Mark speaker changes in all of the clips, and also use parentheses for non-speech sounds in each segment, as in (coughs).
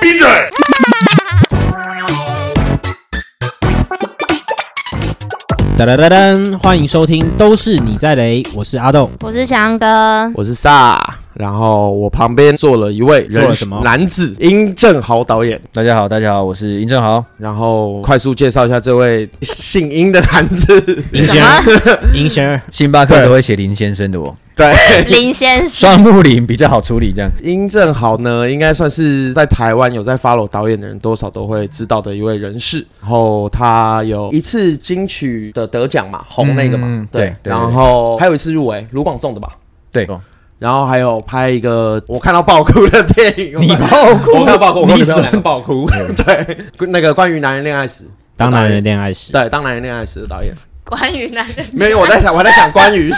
Speaker 1: 闭嘴！
Speaker 2: 哒哒哒哒！欢迎收听《都是你在雷》，我是阿豆。
Speaker 3: 我是翔哥，
Speaker 1: 我是萨，然后我旁边坐了一位
Speaker 2: 坐
Speaker 1: 人
Speaker 2: 了什么
Speaker 1: 男子殷正豪导演，
Speaker 4: 大家好，大家好，我是殷正豪。
Speaker 1: 然后快速介绍一下这位姓殷的男
Speaker 4: (laughs)
Speaker 1: 子，
Speaker 2: 银
Speaker 3: 什
Speaker 2: 仙儿，
Speaker 3: 么
Speaker 2: 银仙儿，
Speaker 4: 星巴克
Speaker 1: 对
Speaker 4: 都会写林先生的我，哦
Speaker 1: 对。
Speaker 3: 林先生？
Speaker 4: 双木林比较好处理。这样，
Speaker 1: 殷正豪呢，应该算是在台湾有在 follow 导演的人，多少都会知道的一位人士。然后他有一次金曲的得奖嘛，红那个嘛，
Speaker 4: 嗯
Speaker 1: 对
Speaker 4: 对对
Speaker 1: 然后还有一次入围卢广仲的吧，
Speaker 4: 对，
Speaker 1: 哦然后还有拍一个我看到爆哭的电影，
Speaker 4: 你
Speaker 1: 我看
Speaker 4: 爆哭
Speaker 1: (laughs) 我看到爆哭，我跟
Speaker 4: 你嗯
Speaker 1: 女朋友
Speaker 4: 什么
Speaker 1: 两个爆
Speaker 4: (laughs)
Speaker 1: 哭，对，那个关于男人恋爱史，
Speaker 2: 当男人恋爱时，
Speaker 1: 对，当男人恋爱史的导演，
Speaker 3: 关于男人，
Speaker 1: 没有，我
Speaker 4: (laughs)
Speaker 1: 在想，我在想关于，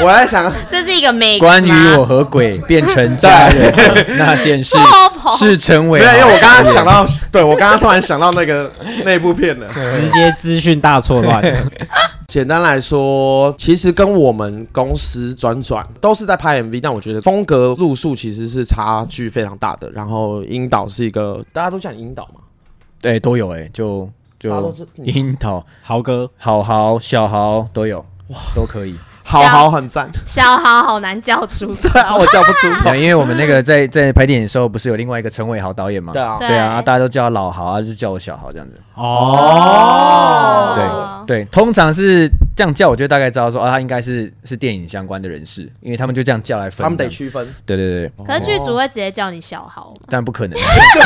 Speaker 1: 我在想
Speaker 3: 这是一个美
Speaker 4: 关于我和
Speaker 1: (laughs)
Speaker 4: 鬼变成家人的那件事，
Speaker 3: 哦
Speaker 4: 是成为
Speaker 1: 没有，因为我刚刚想到，
Speaker 4: 啊
Speaker 1: 对我刚刚突然想到那
Speaker 4: (laughs)
Speaker 1: 个那部片了。
Speaker 2: 直接资讯大错乱。
Speaker 1: (laughs) 简单来说，其实跟我们公司转转都是在拍 MV，但我觉得风格路数其实是差距非常大的。然后引导是一个大家都讲引导嘛，
Speaker 4: 对都有哎，就
Speaker 1: 大家都
Speaker 4: 就是樱桃、
Speaker 2: 豪哥，
Speaker 4: 好豪、小豪都有，哇，都可以。
Speaker 1: 好好很赞，
Speaker 3: 小豪好难叫出
Speaker 1: 对啊，我叫不出口。
Speaker 4: 对，因为我们那
Speaker 1: (laughs)
Speaker 4: 个在在拍电影的时候，不是有另外一个陈伟豪导演吗？
Speaker 1: 对啊，
Speaker 3: 对
Speaker 4: (laughs) 对啊，大家都叫他老豪啊，就叫我小豪这样子。
Speaker 3: 哦哦
Speaker 4: 对对，通常是这样叫，我就大概知道说啊，他应该是是电影相关的人士，因为他们就这样叫来分。
Speaker 1: 他们得。区分，
Speaker 4: 对对对，
Speaker 3: 可是剧组会直接叫你小豪吗？
Speaker 4: 但不可能，不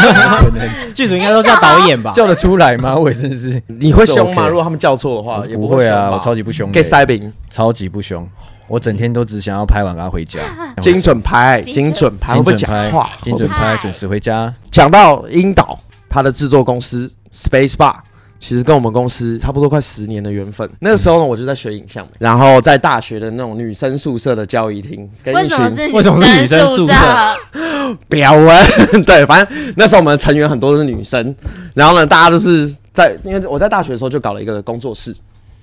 Speaker 4: 可能
Speaker 2: 剧组应该都叫导
Speaker 1: (laughs)
Speaker 2: 演吧？
Speaker 4: 叫得出来吗？我也真的是，
Speaker 1: 你会凶吗？
Speaker 4: 是 OK
Speaker 1: 如果他们叫错的话，也
Speaker 4: 不会啊，我
Speaker 1: 我
Speaker 4: 超级不凶的
Speaker 1: 给，塞饼，
Speaker 4: 超级不凶，我整天都只想要拍完赶快
Speaker 1: (laughs)
Speaker 4: 回家，
Speaker 1: 精准拍，精
Speaker 3: 精准
Speaker 1: 准拍，会
Speaker 4: 哎精
Speaker 1: 不会
Speaker 4: 准
Speaker 1: 讲
Speaker 4: 拍
Speaker 1: 话？
Speaker 4: 精准拍，准时回家。
Speaker 1: 讲到英岛，它的制作公司 Space Bar。其实跟我们公司差不多快十年的缘分。那个时候呢，我就在学影像美，然后在大学的那种女生宿舍的教育厅，跟
Speaker 3: 为
Speaker 1: 一
Speaker 3: 什么
Speaker 1: 群
Speaker 3: 是
Speaker 2: 为什么是女
Speaker 3: 女
Speaker 2: 生
Speaker 3: 生
Speaker 2: 宿
Speaker 3: 宿
Speaker 2: 舍
Speaker 3: 舍？
Speaker 1: 表文， (laughs) 对，反正那时候我们的成员很多都是女生。然后呢，大家都是在，因为我在大学的时候就搞了一个工作室，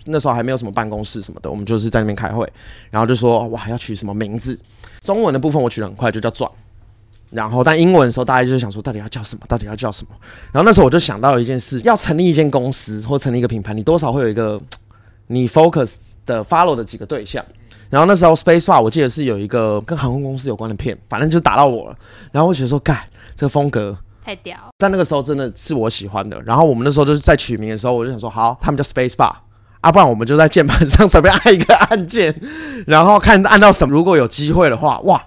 Speaker 1: 那时候还没有什么办公室什么的，我们就是在那边开会，然后就说哇要取什么名字，中文的部分我取得很快，就叫转。然后，但英文的时候，大家就想说，到底要叫什么？到底要叫什么？然后那时候我就想到一件事，要成立一间公司或成立一个品牌，你多少会有一个你 focus 的 follow 的几个对象。然后那时候 Space Bar 我记得是有一个跟航空公司有关的片，反正就打到我了。然后我觉得说，干这个风格
Speaker 3: (laughs) 太屌！
Speaker 1: 在那个时候真的是我喜欢的。然后我们那时候就是在取名的时候，我就想说，好，他们叫 Space Bar。啊，不然我们就在键盘上随便按一个按键，然后看按到什么。如果有机会的话，哇，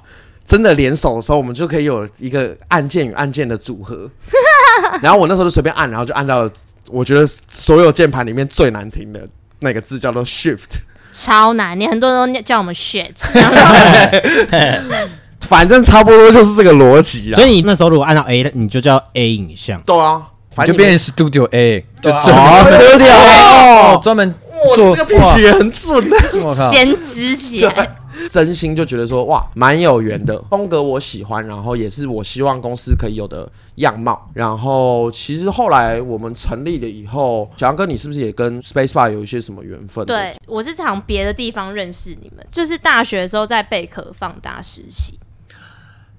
Speaker 1: 真的联手的时候，我们就可以有一个按键与按键的组合。 (laughs) 然后我那时候就随便按，然后就按到了我觉得所有键盘里面最难听的那个字，叫做 Shift。
Speaker 3: 超难，你很多人都叫我们 shit，然后
Speaker 1: 反正差不多就是这个逻辑啦
Speaker 2: 所。以你那时候如果按照 A，你就叫 A 影像。
Speaker 1: 对啊，反
Speaker 4: 就
Speaker 1: 正你
Speaker 4: 变
Speaker 1: 们
Speaker 4: 成 Studio A，就专
Speaker 1: 哦
Speaker 4: 门
Speaker 1: 丢掉
Speaker 4: 哦
Speaker 1: 哦，
Speaker 4: 专门做
Speaker 1: 做这个 pitch 也很准啊。
Speaker 4: 哇我靠，
Speaker 3: 先支起来。
Speaker 1: 真心就觉得说哇，蛮有缘的风格，我喜欢，然后也是我希望公司可以有的样貌。然后其实后来我们成立了以后，小杨哥，你是不是也跟 Space Bar 有一些什么缘分？
Speaker 3: 对，，我是从别的地方认识你们，就是大学的时候在贝壳放大实习。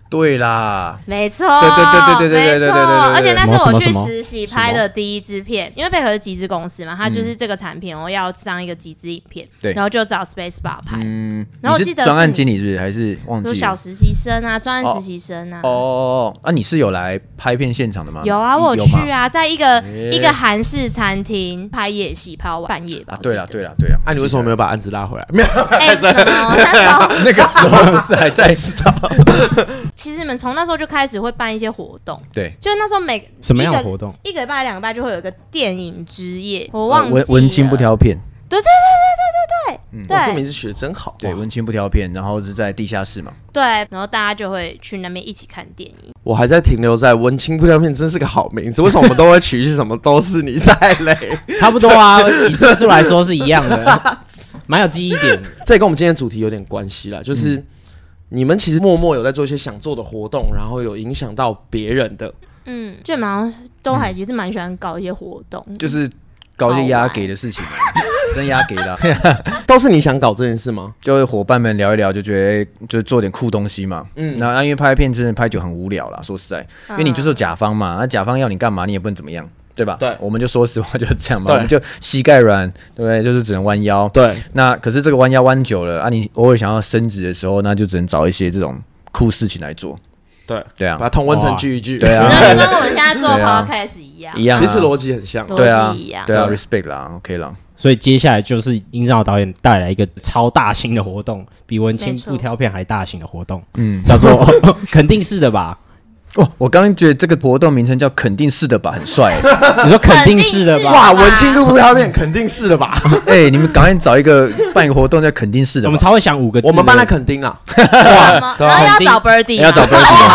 Speaker 4: 对啦，
Speaker 3: 没错，
Speaker 4: 对对对对对对
Speaker 3: 没
Speaker 4: 对对对对
Speaker 3: 错
Speaker 4: 对对对
Speaker 3: 而且那是
Speaker 2: 什么
Speaker 3: 我
Speaker 2: 什
Speaker 3: 去
Speaker 2: 么
Speaker 3: 实习拍的第一支片，因为贝壳是集资公司嘛，它就是这个产品，我要上一个集资影片，
Speaker 4: 嗯对
Speaker 3: 然后就找 Space Bar 拍，
Speaker 4: 嗯，
Speaker 3: 然后
Speaker 4: 你
Speaker 3: 我
Speaker 4: 是
Speaker 3: 记得是
Speaker 4: 专案经理是不是还是忘
Speaker 3: 有
Speaker 4: 记
Speaker 3: 小
Speaker 4: 了？
Speaker 3: 实习生啊，专案实习生啊，
Speaker 4: 哦，啊，你是有来拍片现场的吗？
Speaker 3: 有啊，我有
Speaker 4: 吗
Speaker 3: 去啊，在一个一个韩式餐厅拍夜戏，拍到半夜吧
Speaker 4: 啊，，对
Speaker 3: 了
Speaker 4: 了
Speaker 3: 了，
Speaker 4: 对了对了，
Speaker 1: 那、你为什么没有把案子拉回来？没有，
Speaker 4: (laughs)
Speaker 3: 哎，什么？那时候
Speaker 4: 那个时候不是还
Speaker 1: (laughs)
Speaker 4: 在
Speaker 3: (laughs) 其实你们从那时候就开始会办一些活动，
Speaker 4: 对
Speaker 3: 就那时候每
Speaker 2: 什么样的
Speaker 3: 一个
Speaker 2: 活动？
Speaker 3: 一个礼拜、两个礼拜就会有一个电影之夜，我忘记
Speaker 4: 哦文文青
Speaker 3: 了
Speaker 4: 不挑片，
Speaker 3: 对对对对对对
Speaker 1: 哇，这
Speaker 3: 对
Speaker 1: 名字取得真好。啊
Speaker 4: 对
Speaker 1: 哇
Speaker 4: 文青不挑片，然后是在地下室嘛，
Speaker 3: 对，然后大家就会去那边一起看电影。
Speaker 1: 我还在停留在文青不良片，真是个好名字。为什么我们都会取一些什么都是你在嘞？
Speaker 2: 差不多
Speaker 1: (laughs)
Speaker 2: 啊，以次数来说是一样的，蛮有记忆点的。
Speaker 1: 这也跟我们今天的主题有点关系啦，就是你们其实默默有在做一些想做的活动，然后有影响到别人的。
Speaker 3: 嗯，就
Speaker 4: 嗯
Speaker 3: 蛮都还也是蛮喜欢搞一些活动，
Speaker 4: 就是搞一些压给的事情啊， (laughs) 真压给啦，
Speaker 1: 都是你想搞这件事吗？
Speaker 4: 就是伙伴们聊一聊，就觉得哎就是做点酷东西嘛。嗯，那那因为拍片真的拍久很无聊啦，说实在，因
Speaker 1: 嗯
Speaker 4: 为你就是甲方嘛，那甲方要你干嘛，你也不能怎么样，对吧？
Speaker 1: 对
Speaker 4: 我们就说实话就是这样嘛，
Speaker 1: 对
Speaker 4: 我们就膝盖软，对不对？就是只能弯腰。
Speaker 1: 对，
Speaker 4: 那可是这个弯腰弯久了啊，你偶尔想要升职的时候，那就只能找一些这种酷事情来做。
Speaker 1: 对，
Speaker 4: 对啊
Speaker 1: 把，它通文成句一句，
Speaker 4: 对啊
Speaker 3: (laughs) 那
Speaker 1: (laughs)
Speaker 3: 就跟我们现在做
Speaker 4: 对啊
Speaker 3: podcast 一样
Speaker 4: 一，样啊、
Speaker 1: 其实逻辑很像。
Speaker 4: 对啊
Speaker 3: 逻辑一样
Speaker 4: 对啊
Speaker 1: 对
Speaker 4: ，respect 啦，OK 啦，
Speaker 2: 所以接下来就是英兆导演带来一个超大型的活动，比文青
Speaker 3: 没错
Speaker 2: 不挑片还大型的活动，
Speaker 4: 嗯，
Speaker 2: 叫做 (laughs) 肯定是的吧？
Speaker 4: 哦，我刚刚觉得这个活动名称叫肯定是的吧，很帅欸。
Speaker 2: 你说肯定是的
Speaker 3: 肯定是
Speaker 2: 吧？
Speaker 1: 哇，文青跟不要面肯定
Speaker 4: (laughs)
Speaker 1: 是的吧？
Speaker 4: 哎、你们赶快找一个办一个活动叫肯定是的吧
Speaker 2: 我们，超会想五个字的，
Speaker 1: 我们办了肯定啦。
Speaker 3: 什么然后要找 Birdy，
Speaker 4: 要找
Speaker 1: (laughs)
Speaker 4: b i r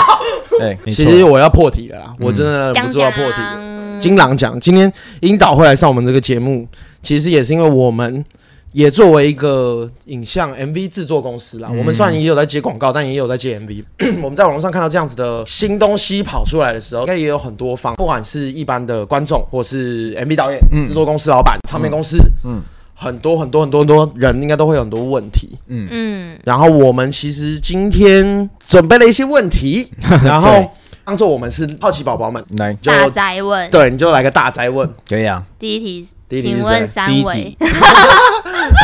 Speaker 4: 对，
Speaker 2: 没
Speaker 1: 其
Speaker 2: 错，
Speaker 1: 实我要破题了啦，我真的忍
Speaker 3: 江嗯
Speaker 1: 不住要破题了。
Speaker 3: 江
Speaker 1: 金狼奖，今天英导会来上我们这个节目，其实也是因为我们也作为一个影像 MV 制作公司啦，我们虽然也有在接广告，但也有在接 MV。我 (coughs) 们在网络上看到这样子的新东西跑出来的时候，应该也有很多方，不管是一般的观众，或是 MV 导演、制作公司老板、唱片公司，嗯，很多很多很多很多人应该都会有很多问题。
Speaker 3: 嗯，
Speaker 1: 然后我们其实今天准备了一些问题，
Speaker 4: 对
Speaker 1: 然后当做我们是好奇宝宝们，
Speaker 4: 来，
Speaker 1: 就
Speaker 3: 大灾问。
Speaker 1: (laughs) 对，你就来个大
Speaker 3: (laughs)
Speaker 1: 灾问。
Speaker 4: 可以啊。
Speaker 3: 第一题，
Speaker 1: 第一题是
Speaker 3: 请
Speaker 1: 谁
Speaker 3: 问
Speaker 2: 第
Speaker 3: 三
Speaker 2: 一
Speaker 3: 位 (laughs)
Speaker 2: 题，
Speaker 4: (laughs)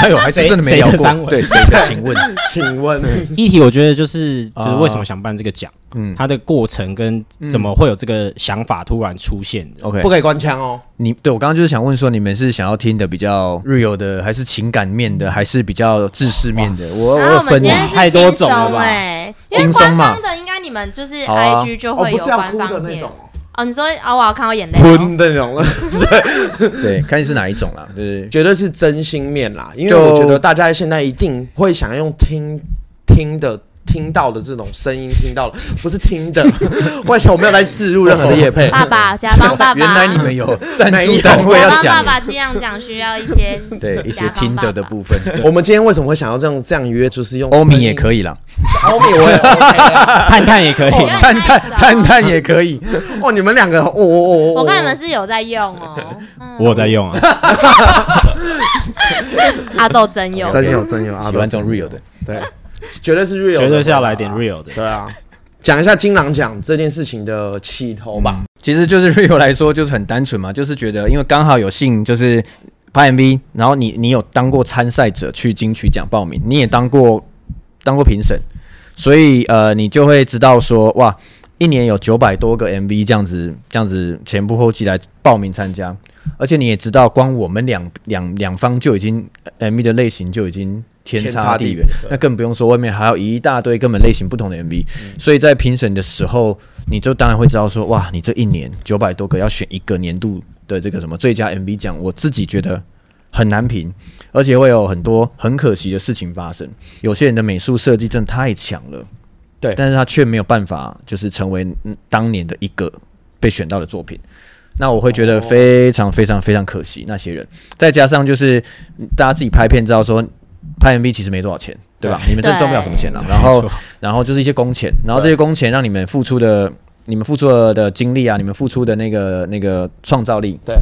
Speaker 4: 哎呦，还真
Speaker 2: 谁
Speaker 4: 真的没聊
Speaker 2: 谁的三
Speaker 4: 过，
Speaker 2: 文
Speaker 4: 对，谁
Speaker 2: (laughs)
Speaker 4: 的？请问，
Speaker 1: 请问，
Speaker 2: 第一题我觉得就是就是
Speaker 4: 啊
Speaker 2: 为什么想办这个奖，
Speaker 4: 嗯
Speaker 2: 它的过程跟怎么会有这个想法突然出现的。
Speaker 4: ，OK，
Speaker 1: 不可以关枪哦。
Speaker 4: 你对我刚刚就是想问说，你们是想要听的比较 real 的，还是情感面的，还是比较知识面的？我我
Speaker 3: 然后
Speaker 4: 有
Speaker 3: 我们
Speaker 4: 分
Speaker 3: 今
Speaker 4: 啊
Speaker 3: 天是
Speaker 2: 太多
Speaker 3: 轻
Speaker 2: 种
Speaker 3: 松
Speaker 2: 了吧
Speaker 3: 哎，因为
Speaker 4: 轻松
Speaker 3: 官
Speaker 4: 嘛
Speaker 3: 方的应该你们就是
Speaker 4: 好啊
Speaker 3: IG 就
Speaker 1: 哦，
Speaker 3: 会
Speaker 1: 不
Speaker 3: 有
Speaker 1: 是要
Speaker 3: 官
Speaker 1: 哭的
Speaker 3: 方
Speaker 1: 那
Speaker 3: 片
Speaker 1: 种哦，
Speaker 3: 哦。你说哦，我要看我眼泪哦，
Speaker 1: 喷的那种了，
Speaker 4: 对，看你是哪一种啦，就是
Speaker 1: (laughs) 绝对是真心面啦。因为
Speaker 4: 就
Speaker 1: 我觉得大家现在一定会想要用听听的。听到的这种声音，听到了不是听
Speaker 3: (laughs)
Speaker 1: 的，我想我没有来置入任何的夜配，
Speaker 3: 爸爸，甲
Speaker 4: (laughs)
Speaker 3: 方爸爸，
Speaker 4: 原来你们有赞
Speaker 1: 没
Speaker 4: 助
Speaker 1: 有
Speaker 4: 单位
Speaker 3: 甲
Speaker 4: 要
Speaker 3: 方爸
Speaker 4: 讲，
Speaker 3: 爸这样讲需要一些
Speaker 4: (laughs) 对一些
Speaker 3: 甲方
Speaker 4: 听
Speaker 3: 爸
Speaker 4: 的的
Speaker 3: 爸
Speaker 4: 部分，
Speaker 1: 我们今天为什么会想要这样这样约，就是用
Speaker 4: 欧米也
Speaker 1: 以，
Speaker 4: 可以
Speaker 3: (laughs)
Speaker 4: 啦，
Speaker 1: 欧米我也 OK 啊。
Speaker 2: 探探也可以，
Speaker 3: 哦
Speaker 4: 探探
Speaker 3: 太少
Speaker 4: 探探也可以，
Speaker 1: 哦，你们两个，哦哦哦哦，哦
Speaker 3: 我看你们是有在用
Speaker 4: (laughs)
Speaker 3: 哦，嗯
Speaker 2: 我有在用啊。
Speaker 3: 阿豆真有，
Speaker 1: 真有真有啊，
Speaker 4: 喜欢这种 real 的。
Speaker 1: 对，绝对是 real，的
Speaker 4: 啊
Speaker 2: 绝对是要来点 real 的。
Speaker 1: 对啊，讲一下金狼奖这件事情的起头吧。
Speaker 4: 嗯其实就是 (laughs) Rio 来说，就是很单纯嘛，就是觉得因为刚好有幸就是拍 MV，然后你你有当过参赛者去金曲奖报名，你也当过当过评审，所以呃，你就会知道说哇，一年有九百多个 MV 这样子这样子前仆后继来报名参加，而且你也知道，光我们两两两方就已经 MV 的类型就已经天
Speaker 1: 天
Speaker 4: 差
Speaker 1: 差
Speaker 4: 地
Speaker 1: 地
Speaker 4: 远，那更不用说外面还有一大堆根本类型不同的 MV，、所
Speaker 1: 嗯
Speaker 4: 以在评审的时候，你就当然会知道说，哇，你这一年九百多个要选一个年度的这个什么最佳 MV 奖，我自己觉得很难评，而且会有很多很可惜的事情发生。有些人的美术设计真的太强了，
Speaker 1: 对
Speaker 4: 但是他却没有办法就是成为嗯当年的一个被选到的作品。那我会觉得非常非常非常可惜那些人，再加上就是嗯大家自己拍片知道说拍 MV 其实没多少钱，对吧？你们真的赚不了什么钱了。然后
Speaker 2: 没错
Speaker 4: 然后就是一些工钱，然后这些工钱让你们付出的、你们付出的的精力啊，你们付出的那个那个创造力，
Speaker 1: 对，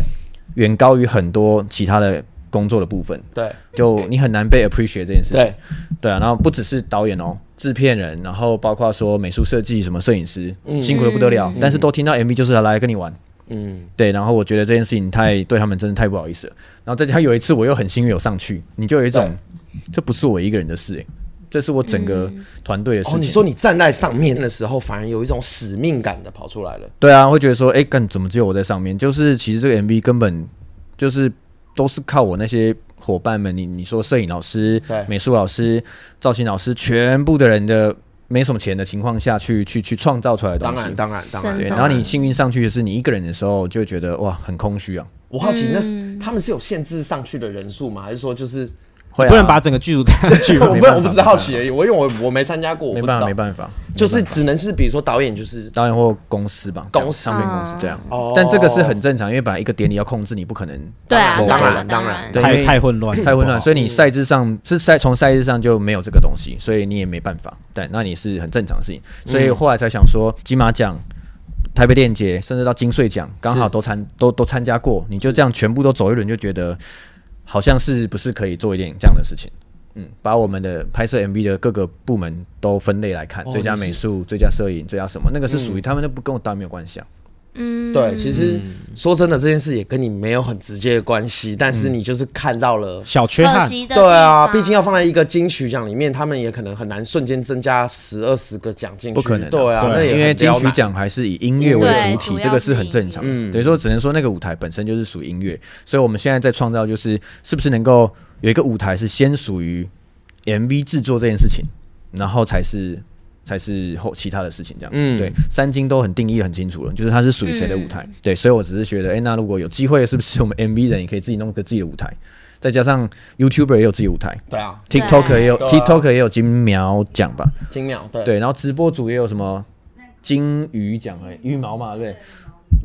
Speaker 4: 远高于很多其他的工作的部分，
Speaker 1: 对
Speaker 4: 就你很难被 appreciate 这件事情。
Speaker 1: 对，
Speaker 4: 对啊，然后不只是导演哦，制片人，然后包括说美术设计、什么摄影师，辛苦的不得了，但是都听到 MV 就是来跟你玩。
Speaker 1: 嗯，
Speaker 4: 对，然后我觉得这件事情太对他们真的太不好意思了。然后再加上有一次我又很幸运有上去，你就有一种这不是我一个人的事、欸，这是我整个团队的事
Speaker 1: 哦，
Speaker 4: 情。
Speaker 1: 你说你站在上面的时候，反而有一种使命感的跑出来了。
Speaker 4: 对啊，会觉得说，哎、干怎么只有我在上面？就是其实这个 MV 根本就是都是靠我那些伙伴们，你你说摄影老师
Speaker 1: 对、
Speaker 4: 美术老师、造型老师，全部的人的没什么钱的情况下去去去创造出来的
Speaker 1: 当
Speaker 4: 东西
Speaker 1: 然，。当然，当
Speaker 3: 真
Speaker 1: 然。
Speaker 4: 对，
Speaker 3: 的
Speaker 4: 然后你幸运上去的是你一个人的时候，就会觉得哇，很空虚啊，
Speaker 1: 我好
Speaker 3: 嗯
Speaker 1: 奇，那是他们是有限制上去的人数吗？还是说就是
Speaker 4: 会啊，
Speaker 2: 不能把整个剧组 (laughs) 带去
Speaker 1: 我
Speaker 4: 没
Speaker 1: 不
Speaker 4: 办法
Speaker 1: 我不知道好奇而已，我因为我我没参加过，我
Speaker 4: 没
Speaker 1: 不知
Speaker 4: 办法，
Speaker 1: 道
Speaker 4: 没，办法，
Speaker 1: 就是只能是比如说导演就是
Speaker 4: 导演或公司吧，
Speaker 1: 公司
Speaker 4: 唱片公司这样。
Speaker 1: 哦
Speaker 4: 但这个是很正常，因为本来一个典礼要控制，你不可能
Speaker 3: 对啊，
Speaker 4: 否
Speaker 1: 当然
Speaker 3: 然
Speaker 1: 当然
Speaker 3: 然，
Speaker 4: 对因
Speaker 2: 太
Speaker 4: 为
Speaker 2: 太混乱，
Speaker 4: 太
Speaker 1: 嗯
Speaker 4: 混乱，所
Speaker 2: 以
Speaker 4: 以你赛制上是赛从赛制上就没有这个东西，所以你也没办法。对，那你是很正常的事情，所以后来才想说金马奖、台北电影
Speaker 1: 嗯
Speaker 4: 节，甚至到金穗奖，刚好都参都都参加过，你就这样全部都走一轮，就觉得好像是不是可以做一点这样的事情？嗯，把我们的拍摄 MV 的各个部门都分类来看，
Speaker 1: 哦
Speaker 4: 最佳
Speaker 1: 你是嗯
Speaker 4: 美术、最佳摄影、最佳什么，那个是属于他们，那不跟我当然没有关系啊。
Speaker 3: 嗯，
Speaker 1: 对，其实说真的，这件事也跟你没有很直接的关系，但
Speaker 4: 嗯
Speaker 1: 是你就是看到了。
Speaker 2: 小缺
Speaker 3: 可
Speaker 2: 憾，
Speaker 3: 惜的地
Speaker 1: 对
Speaker 3: 方，
Speaker 1: 啊，毕竟要放在一个金曲奖里面，他们也可能很难瞬间增加十二十个奖进去。
Speaker 4: 不可能的，
Speaker 1: 对啊，那也
Speaker 4: 因为
Speaker 1: 很
Speaker 4: 金
Speaker 1: 刁
Speaker 4: 曲
Speaker 1: 难嗯
Speaker 4: 奖还是以音乐为
Speaker 3: 对
Speaker 4: 主体
Speaker 3: 主，
Speaker 4: 这
Speaker 3: 要
Speaker 4: 个是
Speaker 3: 是
Speaker 4: 很
Speaker 3: 以
Speaker 4: 正常的。等于说，只能说那个舞台本身就是属于音乐，所以我们现在在创造，就是是不是能够有一个舞台是先属于 MV 制作这件事情，然后才是才是后其他的事情这样。
Speaker 1: 嗯
Speaker 4: 对，三金都很定义得很清楚了，就是它是属于谁的舞台。
Speaker 3: 嗯
Speaker 4: 对，所以我只是觉得，哎、那如果有机会，是不是我们 MV 人也可以自己弄个自己的舞台？再加上 YouTuber 也有自己的舞台
Speaker 1: 对啊，
Speaker 4: ，TikTok 也有
Speaker 1: 对啊
Speaker 4: TikTok 也有金苗奖吧？
Speaker 1: 金秒对
Speaker 4: 对，然后直播组也有什么金鱼奖哎，羽毛嘛，对。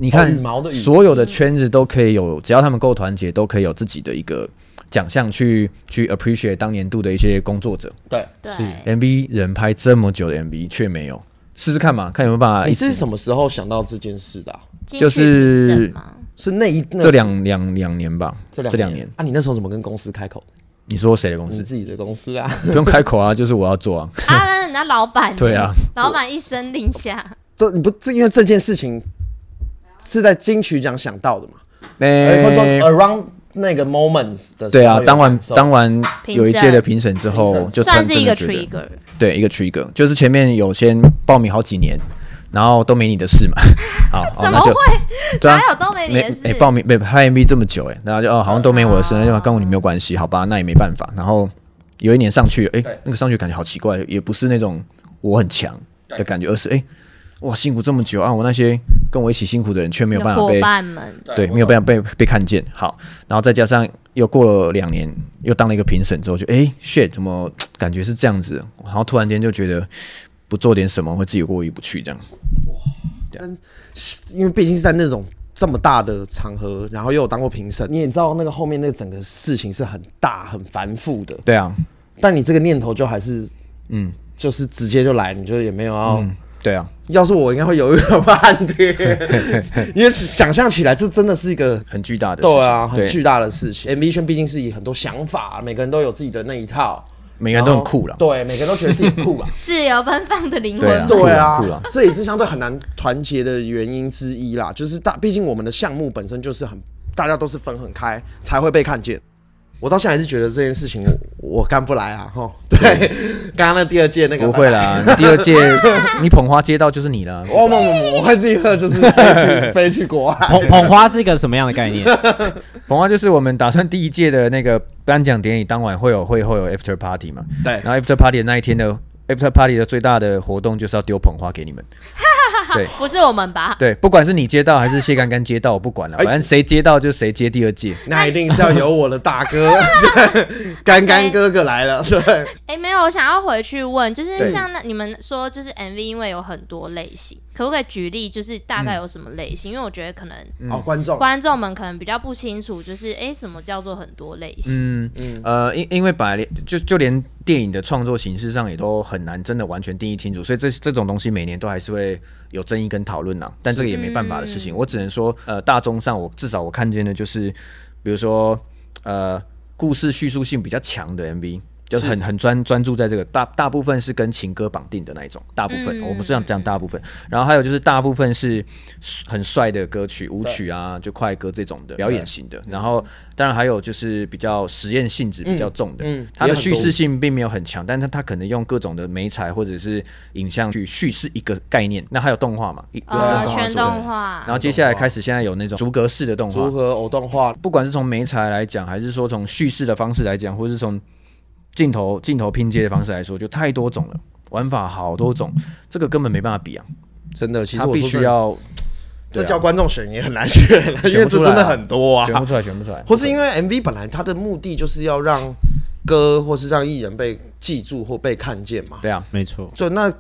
Speaker 4: 你看
Speaker 1: 哦羽毛的羽
Speaker 4: 所有的圈子都可以有，只要他们够团结，都可以有自己的一个奖项去去 appreciate 当年度的一些工作者。
Speaker 1: 对。
Speaker 3: 对，
Speaker 4: MV 人拍这么久的 MV 却没有，试试看嘛，看有没有办法一
Speaker 1: 你
Speaker 4: 起。
Speaker 1: 是什么时候想到这件事的啊、
Speaker 3: 金
Speaker 4: 就
Speaker 3: 曲评
Speaker 4: 是
Speaker 3: 审
Speaker 4: (laughs)
Speaker 3: 嘛
Speaker 1: 是那一那
Speaker 4: 这两两两年吧，
Speaker 1: 这两
Speaker 4: 这两
Speaker 1: 年
Speaker 4: 年，嗯
Speaker 1: 啊？你那时候怎么跟公司开口？
Speaker 4: 你说谁的公
Speaker 1: 你
Speaker 4: 司？
Speaker 1: 自己的公司啊？ (laughs)
Speaker 4: 不用开口啊， (laughs) 就是我要做啊。
Speaker 3: 啊，那人家老板，
Speaker 4: 对啊，
Speaker 3: 老板一声令下，
Speaker 1: 这你不这因为这件事情是在金曲奖想到的嘛？哎、
Speaker 4: 哎
Speaker 1: 或者说 around 那个 moments 的时候
Speaker 4: 对啊，
Speaker 1: 有
Speaker 4: 当完
Speaker 1: 感受
Speaker 4: 当完有一
Speaker 3: 评
Speaker 4: 届的
Speaker 3: 审
Speaker 4: 评审之
Speaker 1: 评
Speaker 4: 后，
Speaker 1: 审
Speaker 4: 就
Speaker 3: 算
Speaker 4: 真
Speaker 3: 是
Speaker 4: 真
Speaker 3: 一
Speaker 4: 的
Speaker 3: 个
Speaker 4: 觉得
Speaker 3: trigger，
Speaker 4: 对，一个 trigger，就是前面有先报名好几年，然后都没你的事嘛。好，哦
Speaker 3: (laughs) 怎么
Speaker 4: 那就对啊
Speaker 3: 哪，有都没
Speaker 4: 没
Speaker 3: 联系
Speaker 4: 哎、，报名没拍 MV 这么久哎、然后就哦好像都没我的事，那就跟我你没有关系，好吧，那也没办法。然后有一年上去，哎、
Speaker 1: 对
Speaker 4: 那个上去感觉好奇怪，也不是那种我很强的感觉，而是哎、哇辛苦这么久啊，我那些跟我一起辛苦的人却没有办法
Speaker 3: 伙
Speaker 4: 被
Speaker 3: 伴们，
Speaker 4: 对，没有办法被被看见。好，然后再加上又过了两年，又当了一个评审之后，就哎、shit，怎么感觉是这样子？然后突然间就觉得不做点什么会自己过意不去，这样。
Speaker 1: 因为毕竟是在那种这么大的场合，然后又有当过评审，你也知道那个后面那个整个事情是很大很繁复的，
Speaker 4: 对啊，
Speaker 1: 但你这个念头就还是嗯，就是直接就来，你就也没有要。
Speaker 4: 嗯，对啊，
Speaker 1: 要是我应该会犹豫了半天，因为想象起来这真的是一个
Speaker 4: 很巨大的事情，
Speaker 1: 对啊，很
Speaker 4: 对
Speaker 1: 巨大的事情。MV 圈毕竟是以很多想法，每个人都有自己的那一套，
Speaker 4: 每个人都很酷啦。
Speaker 1: 对，每个人都觉得自己酷啦。
Speaker 3: 自由奔放的灵
Speaker 4: 对啊
Speaker 3: 魂，
Speaker 1: (laughs) 对啊
Speaker 4: 酷啦酷啦，
Speaker 1: 这也是相对很难团结的原因之一啦。就是大，毕竟我们的项目本身就是很，大家都是分很开，才会被看见。我到现在还是觉得这件事情我我干不来啊，哈。 (laughs) 对，刚刚那第二届那个
Speaker 4: 不会
Speaker 1: (laughs)
Speaker 4: 啦，你第二届你捧花街道就是你啦。
Speaker 1: 我我我我会立刻就是飞 (laughs) 去飞去国外。
Speaker 2: 捧捧花是一个什么样的
Speaker 4: (laughs)
Speaker 2: 概念？
Speaker 4: 捧花就是我们打算第一届的那个颁奖典礼当晚会有会会有 after party 嘛，
Speaker 1: 对
Speaker 4: 然后 after party 的那一天的 after party 的最大的活动就是要丢捧花给你们。啊
Speaker 3: 不是我们吧？
Speaker 4: 对，不管是你接到还是谢干干接到，我不管了，
Speaker 1: 哎
Speaker 4: 反正谁接到就谁接第二届。
Speaker 1: 那一定是要由我的大哥，对干干哥哥来了，对，
Speaker 3: 哎，没有，我想要回去问，就是
Speaker 4: 对
Speaker 3: 像那你们说，就是 MV 因为有很多类型，可不可以举例，就是大
Speaker 4: 嗯
Speaker 3: 概有什么类型？因为我觉得可能
Speaker 1: 哦，观众，
Speaker 3: 观众们可能比较不清楚，就是哎，什么叫做很多类型？
Speaker 4: 嗯呃，因因为本来连就就连电影的创作形式上也都很难真的完全定义清楚，所以这这种东西每年都还是会有争议跟讨论呐。但这个也没办法的事情，我只能说，呃，大宗上我至少我看见的就是，比如说呃，故事叙述性比较强的 MV。就是很很专专注在这个大大部分是跟情歌绑定的那一种，大部分、
Speaker 1: 嗯
Speaker 4: 我们这样讲大部分，然后还有就是大部分是很帅的歌曲、舞曲啊，就快歌这种的表演型的。然后当然还有就是比较实验性质比较重的，
Speaker 1: 嗯嗯
Speaker 4: 它
Speaker 1: 也
Speaker 4: 的
Speaker 1: 很
Speaker 4: 叙
Speaker 1: 多
Speaker 4: 事性并没有很强，但是它可能用各种的美彩或者是影像去叙事一个概念。那还有动画嘛，一有
Speaker 2: 啊
Speaker 3: 呃，
Speaker 4: 动画
Speaker 3: 全
Speaker 4: 做的
Speaker 3: 动画
Speaker 4: 然，后接下来开始，现在有那种逐格式的动
Speaker 1: 如
Speaker 4: 画，
Speaker 1: 何偶动画，
Speaker 4: 不管是从美彩来讲，还是说从叙事的方式来讲，或是从镜头镜头拼接的方式来说，就太多种了，玩法好多种，这个根本没办法比啊。
Speaker 1: 真的，其实
Speaker 4: 它
Speaker 1: 我
Speaker 4: 必
Speaker 1: 说
Speaker 4: 须
Speaker 1: 真的
Speaker 4: 要
Speaker 1: 这
Speaker 4: 对啊
Speaker 1: 叫观众选也很难选啊，因为这真的很多
Speaker 4: 选不
Speaker 1: 啊。
Speaker 4: 出来，选不出来，
Speaker 1: 或是因为 MV 本来它的目的就是要让歌或是让艺人被记住或被看见嘛，
Speaker 4: 对啊，
Speaker 2: 没错，
Speaker 1: 所以那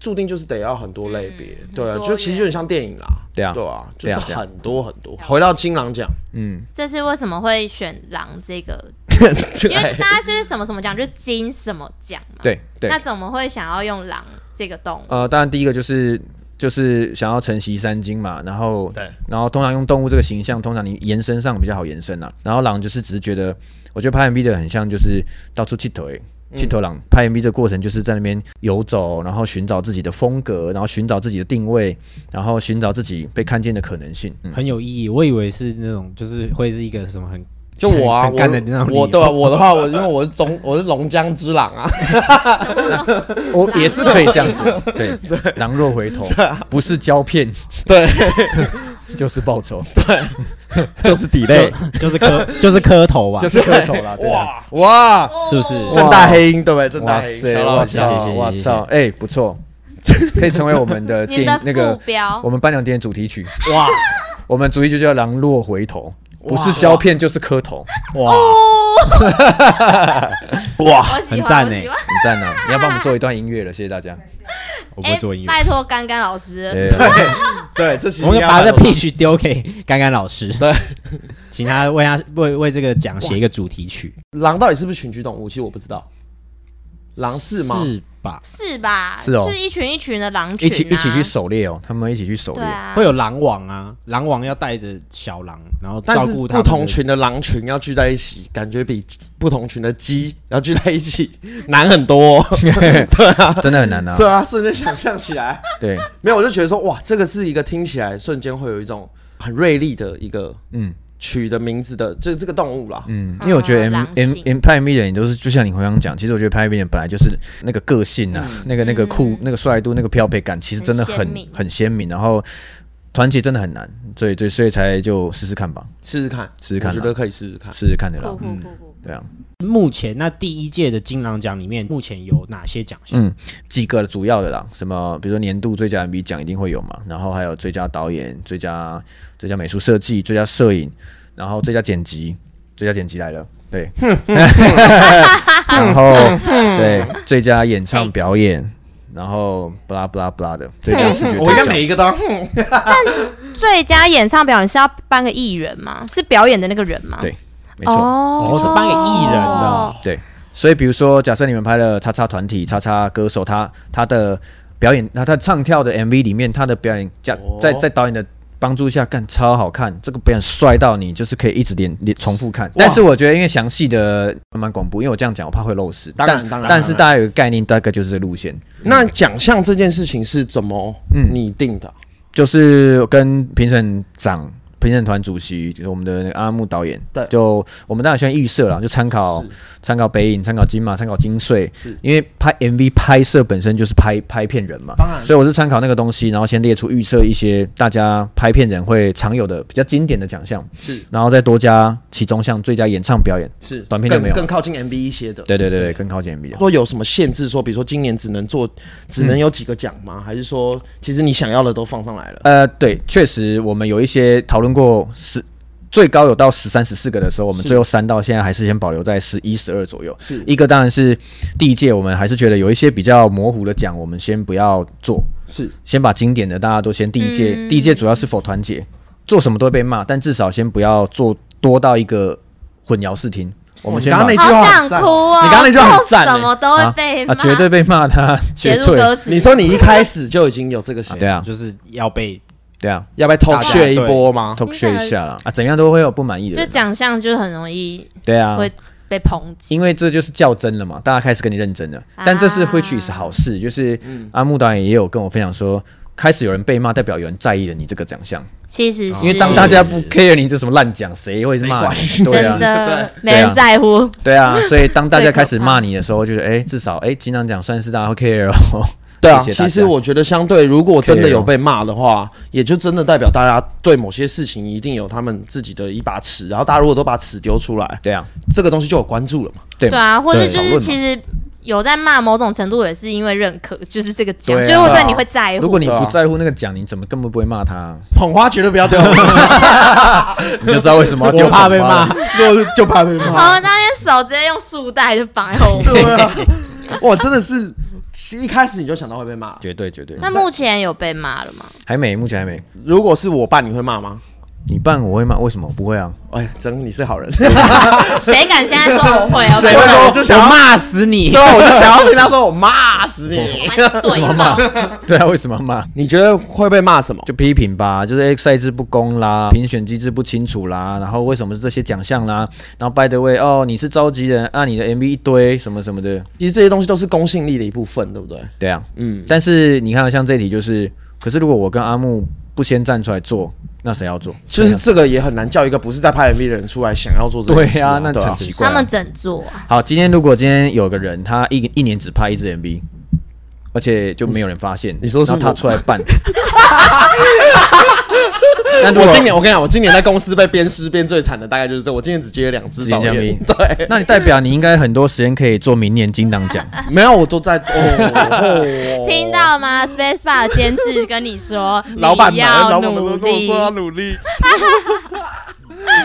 Speaker 1: 注定就是得要很多类别，对啊，
Speaker 3: 很多
Speaker 1: 就其实有点像电影啦，
Speaker 4: 对啊
Speaker 1: 对啊，就
Speaker 4: 对
Speaker 1: 是
Speaker 4: 啊对啊
Speaker 1: 很多很多。回到金狼奖，
Speaker 4: 嗯，
Speaker 3: 这是为什么会选狼这个？
Speaker 1: (laughs) 因
Speaker 3: 因为大家就是什么什么奖，就是金什么奖嘛。
Speaker 4: 对对
Speaker 3: 那。怎么会想要用狼这个动物？
Speaker 4: 呃，当然第一个就是就是想要承袭三金嘛，然后
Speaker 1: 对，
Speaker 4: 然后通常用动物这个形象，通常你延伸上比较好延伸啦。然后狼就是只是觉得，我觉得拍 MV 的很像就是到处剃头诶。
Speaker 1: 嗯
Speaker 4: 剃头狼拍 MV 这个过程就是在那边游走，然后寻找自己的风格，然后寻找自己的定位，然后寻找自己被看见的可能性。嗯，
Speaker 2: 很有意义。我以为是那种，就是会是一个什么很
Speaker 1: 就我啊，
Speaker 2: 很干的那
Speaker 1: 我
Speaker 2: 种理由。
Speaker 1: 我对吧、我的话，我因为我是中我是龙江之狼啊，
Speaker 4: 我也是可以这样子，对，狼若回头，不是啊胶片
Speaker 1: 对，
Speaker 4: (laughs) 就是报仇，
Speaker 1: 就是底
Speaker 2: 对，就是磕，就是磕头吧，
Speaker 4: 就是磕头啦，对啊，
Speaker 1: 哇，
Speaker 2: 是不是？
Speaker 4: 哇
Speaker 1: 正大黑鹰对不对？正大
Speaker 4: 哇
Speaker 1: 黑鹰，
Speaker 4: 塞，
Speaker 1: 小老
Speaker 4: 我
Speaker 1: 小
Speaker 2: 谢
Speaker 4: 操，
Speaker 2: 谢
Speaker 4: 我
Speaker 2: 谢谢
Speaker 4: 操，哎，不错，可以成为我们的电
Speaker 3: 你
Speaker 4: 影
Speaker 3: 的
Speaker 4: 那个
Speaker 3: 副标
Speaker 4: 我们颁奖典礼主题曲，
Speaker 1: 哇，
Speaker 4: 我们主题就叫《狼若回头》，不是胶片就是磕头，
Speaker 2: 哇，
Speaker 3: 哦
Speaker 2: (laughs)
Speaker 3: 我喜
Speaker 2: 很
Speaker 3: 欢，
Speaker 2: 赞
Speaker 3: 我
Speaker 2: 欸
Speaker 3: 喜欢。
Speaker 4: 很赞啊！你要帮我们做一段音乐了，谢谢大家。
Speaker 2: 我不
Speaker 3: 哎
Speaker 2: 会做音，乐，
Speaker 3: 拜托甘甘老师，
Speaker 4: 哎
Speaker 1: 对，这其实
Speaker 2: 我们
Speaker 1: 应该
Speaker 2: 把这
Speaker 1: 蛮有
Speaker 2: pitch 丢给甘甘老师，
Speaker 1: 对，
Speaker 2: (laughs) 请他为他为为这个奖写一个主题曲，
Speaker 1: 狼到底是不是群居动物？其实我不知道，狼是吗？
Speaker 2: 是吧？
Speaker 3: 是吧？
Speaker 4: 是哦
Speaker 3: 就是一群一群的狼群、
Speaker 4: 一
Speaker 3: 啊，
Speaker 4: 起一起去狩猎哦，他们一起去狩
Speaker 3: 对
Speaker 4: 猎。
Speaker 3: 啊，
Speaker 2: 会有狼王啊，狼王要带着小狼，然后
Speaker 1: 但
Speaker 2: 照
Speaker 1: 是
Speaker 2: 顾他
Speaker 1: 不
Speaker 2: 们
Speaker 1: 同
Speaker 2: 的
Speaker 1: 群的狼群要聚在一起，感觉比不同群的鸡要聚在一起难很多、哦。
Speaker 4: 真的很难啊。
Speaker 1: 对啊，瞬间想象起来，
Speaker 4: 对，
Speaker 1: 没有我就觉得说，哇，这个是一个听起来瞬间会有一种很锐利的一个
Speaker 4: 嗯
Speaker 1: 取的名字的这这个动物啦。
Speaker 4: 嗯，因为我觉得 M
Speaker 3: 呃狼
Speaker 4: M
Speaker 3: 性
Speaker 4: M 拍 MV 的人都是，就像你刚刚讲，其实我觉得拍 MV 的人本来就是那个个性啊，那个那个酷、那个帅度、那个漂配感，其实真的
Speaker 3: 嗯很
Speaker 4: 很
Speaker 3: 鲜明
Speaker 4: 很鲜明。然后团结真的很难，所以所以所以才就试试看吧，
Speaker 1: 试试看，
Speaker 4: 试试看啊
Speaker 1: 我觉得可以试试看。
Speaker 4: 试试看的啦
Speaker 3: 酷。酷酷酷，
Speaker 4: 对啊，
Speaker 2: 目前那第一届的金狼奖里面，目前有哪些奖项？
Speaker 4: 嗯，几个主要的啦，什么比如说年度最佳 MV 奖一定会有嘛，然后还有最佳导演、最佳最佳美术设计、最佳摄影，然后最佳剪辑，最佳剪辑来了，对，然后对最佳演唱表演，然后布拉布拉布拉的最佳视觉
Speaker 1: 我应该每
Speaker 4: 奖，
Speaker 1: 一个都要
Speaker 3: 最佳演唱表演是要颁个艺人吗？是表演的那个人吗？
Speaker 4: 对没错，
Speaker 3: 哦，
Speaker 2: 哦，是颁给艺人的，
Speaker 4: 对，所以比如说假设你们拍了叉叉团体、叉叉歌手，他他的表演，他他唱跳的 MV 里面，他的表演加
Speaker 1: 哦
Speaker 4: 在在导演的。帮助下干超好看，这个表演帅到你就是可以一直连连重复看。但是我觉得因为详细的慢慢公布，因为我这样讲我怕会漏事。
Speaker 1: 当然
Speaker 4: 但
Speaker 1: 当然
Speaker 4: 但是
Speaker 1: 当
Speaker 4: 大家有个概念，大概就是这个路线，
Speaker 1: 那奖项这件事情是怎么
Speaker 4: 嗯
Speaker 1: 拟定的？
Speaker 4: 就是跟评审长、评审团主席，就是我们的那个阿木导演，
Speaker 1: 对
Speaker 4: 就我们当然先预设了，就参考
Speaker 1: 是
Speaker 4: 参考北影、参考金马、参考金穗
Speaker 1: 是，
Speaker 4: 因为拍 MV 拍摄本身就是拍拍片人嘛，
Speaker 1: 当然
Speaker 4: 所以我是参考那个东西，然后先列出预设一些大家拍片人会常有的比较经典的奖项，
Speaker 1: 是
Speaker 4: 然后再多加其中像最佳演唱表演，
Speaker 1: 是，
Speaker 4: 短片就
Speaker 1: 更
Speaker 4: 没有
Speaker 1: 更靠近 MV 一些的。
Speaker 4: 对对对对，更靠近 MV 的。
Speaker 1: 说有什么限制？说比如说今年只能做，只能有几个奖吗？还是说其实你想要的都放上来了？
Speaker 4: 嗯呃，对，确实我们有一些讨论过十。最高有到十三、十四个的时候，我们
Speaker 1: 是
Speaker 4: 最后删到现在还是先保留在十一、十二左右。
Speaker 1: 是
Speaker 4: 一个当然是第一届，我们还是觉得有一些比较模糊的奖，我们先不要做，
Speaker 1: 是
Speaker 4: 先把经典的大家都先第一届，
Speaker 3: 嗯
Speaker 4: 第一届主要是否团结，做什么都会被骂，但至少先不要做多到一个混淆视听。我们先把
Speaker 1: 你刚刚那句
Speaker 3: 好
Speaker 1: 话
Speaker 3: 想
Speaker 1: 很赞
Speaker 3: 哭哦！
Speaker 1: 你刚刚那句话很
Speaker 3: 做
Speaker 1: 赞
Speaker 3: 什么都会
Speaker 4: 啊
Speaker 3: 哦被骂，
Speaker 4: 啊，绝对被
Speaker 3: (laughs)
Speaker 4: 骂他
Speaker 3: 写
Speaker 4: 绝
Speaker 3: 入
Speaker 4: (laughs) 对
Speaker 3: 歌
Speaker 4: 啊，
Speaker 3: 词。
Speaker 1: 你说你一开始就已经有这个想，
Speaker 4: 对啊，
Speaker 2: 就是要被
Speaker 4: 对啊，
Speaker 1: 要被偷
Speaker 2: 大家
Speaker 1: 血一波吗？
Speaker 4: 偷
Speaker 3: 你
Speaker 4: 学
Speaker 3: 整个
Speaker 4: 一下啦啊，怎样都会有不满意的
Speaker 3: 就
Speaker 4: 人，
Speaker 3: 奖项就是很容易
Speaker 4: 对啊，
Speaker 3: 会被抨击
Speaker 4: 因，为这就是较真了嘛，大家开始跟你认真了。
Speaker 3: 啊
Speaker 4: 但这是或许是好事，就是
Speaker 1: 嗯
Speaker 4: 阿木导演也有跟我分享说，开始有人被骂，代表有人在意了你这个奖项。
Speaker 3: 其实是
Speaker 4: 因为当大家不 care 你这什么烂奖，谁会骂你？对
Speaker 3: 真
Speaker 4: 啊，
Speaker 3: 的
Speaker 1: 对
Speaker 3: 没人在乎，(laughs)
Speaker 4: 对啊，所以当大家开始骂你的时候，觉得哎，至少哎，金像奖算是大家会 care 哦。
Speaker 1: 对啊，
Speaker 4: 谢谢大
Speaker 1: 其
Speaker 4: 家
Speaker 1: 实我觉得相对，如果真的
Speaker 4: OK 哦
Speaker 1: 有被骂的话，也就真的代表大家对某些事情一定有他们自己的一把尺，然后大家如果都把尺丢出来，
Speaker 4: 对啊，
Speaker 1: 这个东西就有关注了嘛。
Speaker 4: 对
Speaker 3: 对啊，或者
Speaker 4: 对
Speaker 3: 就
Speaker 4: 讨
Speaker 3: 是
Speaker 4: 论嘛
Speaker 3: 其实有在骂，某种程度也是因为认可，就是这个奖，
Speaker 4: 对啊
Speaker 3: 就是或者你会在
Speaker 4: 如
Speaker 3: 乎。
Speaker 4: 果你不在乎那个奖，你怎么根本不会骂
Speaker 1: (laughs)
Speaker 4: 他？
Speaker 1: 捧花绝对不
Speaker 4: (laughs)
Speaker 1: 要丢，
Speaker 4: 你就知道为什么要丢
Speaker 2: 我怕被
Speaker 4: 捧花了。，
Speaker 2: 骂
Speaker 1: 就就怕被骂。
Speaker 3: 好，哦那些手直接用束带就绑在
Speaker 4: (laughs)
Speaker 3: 后面。
Speaker 1: 对啊， (laughs) 哇，真的是一开始你就想到会被骂。
Speaker 4: 绝对绝对，
Speaker 3: 那目前有被骂了吗？
Speaker 4: 还没，目前还没。
Speaker 1: 如果是我爸，你会骂吗？
Speaker 4: 你办我会骂，为什么我不会啊？
Speaker 1: 哎，真你是好人。
Speaker 3: 谁敢现在说我
Speaker 4: (laughs)
Speaker 3: 会？我
Speaker 1: 谁
Speaker 3: 不
Speaker 1: 会
Speaker 3: 能
Speaker 1: 说
Speaker 2: 我
Speaker 1: 我就想要
Speaker 2: 骂死你
Speaker 1: (laughs) 对！啊，我就想要听他说我骂死
Speaker 4: (laughs)
Speaker 1: 你。
Speaker 3: 蛮对
Speaker 4: 么
Speaker 3: 嘛
Speaker 4: 骂？对啊，为什么要骂？
Speaker 1: 你觉得会被骂什么？
Speaker 4: 就批评吧，就是诶赛制不公啦，评选机制不清楚啦，然后为什么是这些奖项啦？然后 by the way，哦，你是召集人，啊，你的 MV 一堆什么什么的，
Speaker 1: 其实这些东西都是公信力的一部分，对不对？
Speaker 4: 对啊，嗯。但是你看啊，像这题就是，可是如果我跟阿木不先站出来做，那谁要做？
Speaker 1: 就是这个也很难叫一个不是在拍 MV 的人出来想要做这
Speaker 4: 对
Speaker 1: 件事
Speaker 4: 啊
Speaker 1: 啊，
Speaker 4: 那
Speaker 1: 对啊
Speaker 4: 很奇怪
Speaker 3: 他们整座啊，
Speaker 4: 好，今天如果今天有个人他一一年只拍一支 MV，而且就没有人发现，
Speaker 1: 你说是
Speaker 4: 然后他
Speaker 1: 我
Speaker 4: 出来
Speaker 1: (laughs)
Speaker 4: 办，那如
Speaker 1: 我
Speaker 4: 果
Speaker 1: 今年我跟你讲，我今年在公司被鞭尸鞭最惨的大概就是这，我今年只接了两支
Speaker 4: 只接
Speaker 1: 导
Speaker 4: 两
Speaker 1: (laughs) 演
Speaker 4: 名，
Speaker 1: 对，
Speaker 4: (laughs) 那你代表你应该很多时间可以做明年金档奖，
Speaker 1: 没有我都在哦， (laughs) 哦
Speaker 3: 听到吗？Space Bar 监制跟你
Speaker 4: (laughs)
Speaker 3: 说，
Speaker 1: 老板
Speaker 3: 你
Speaker 1: 们，
Speaker 3: 要
Speaker 1: 老板们
Speaker 3: 努
Speaker 1: 都跟我
Speaker 3: 力
Speaker 1: 说。要努力，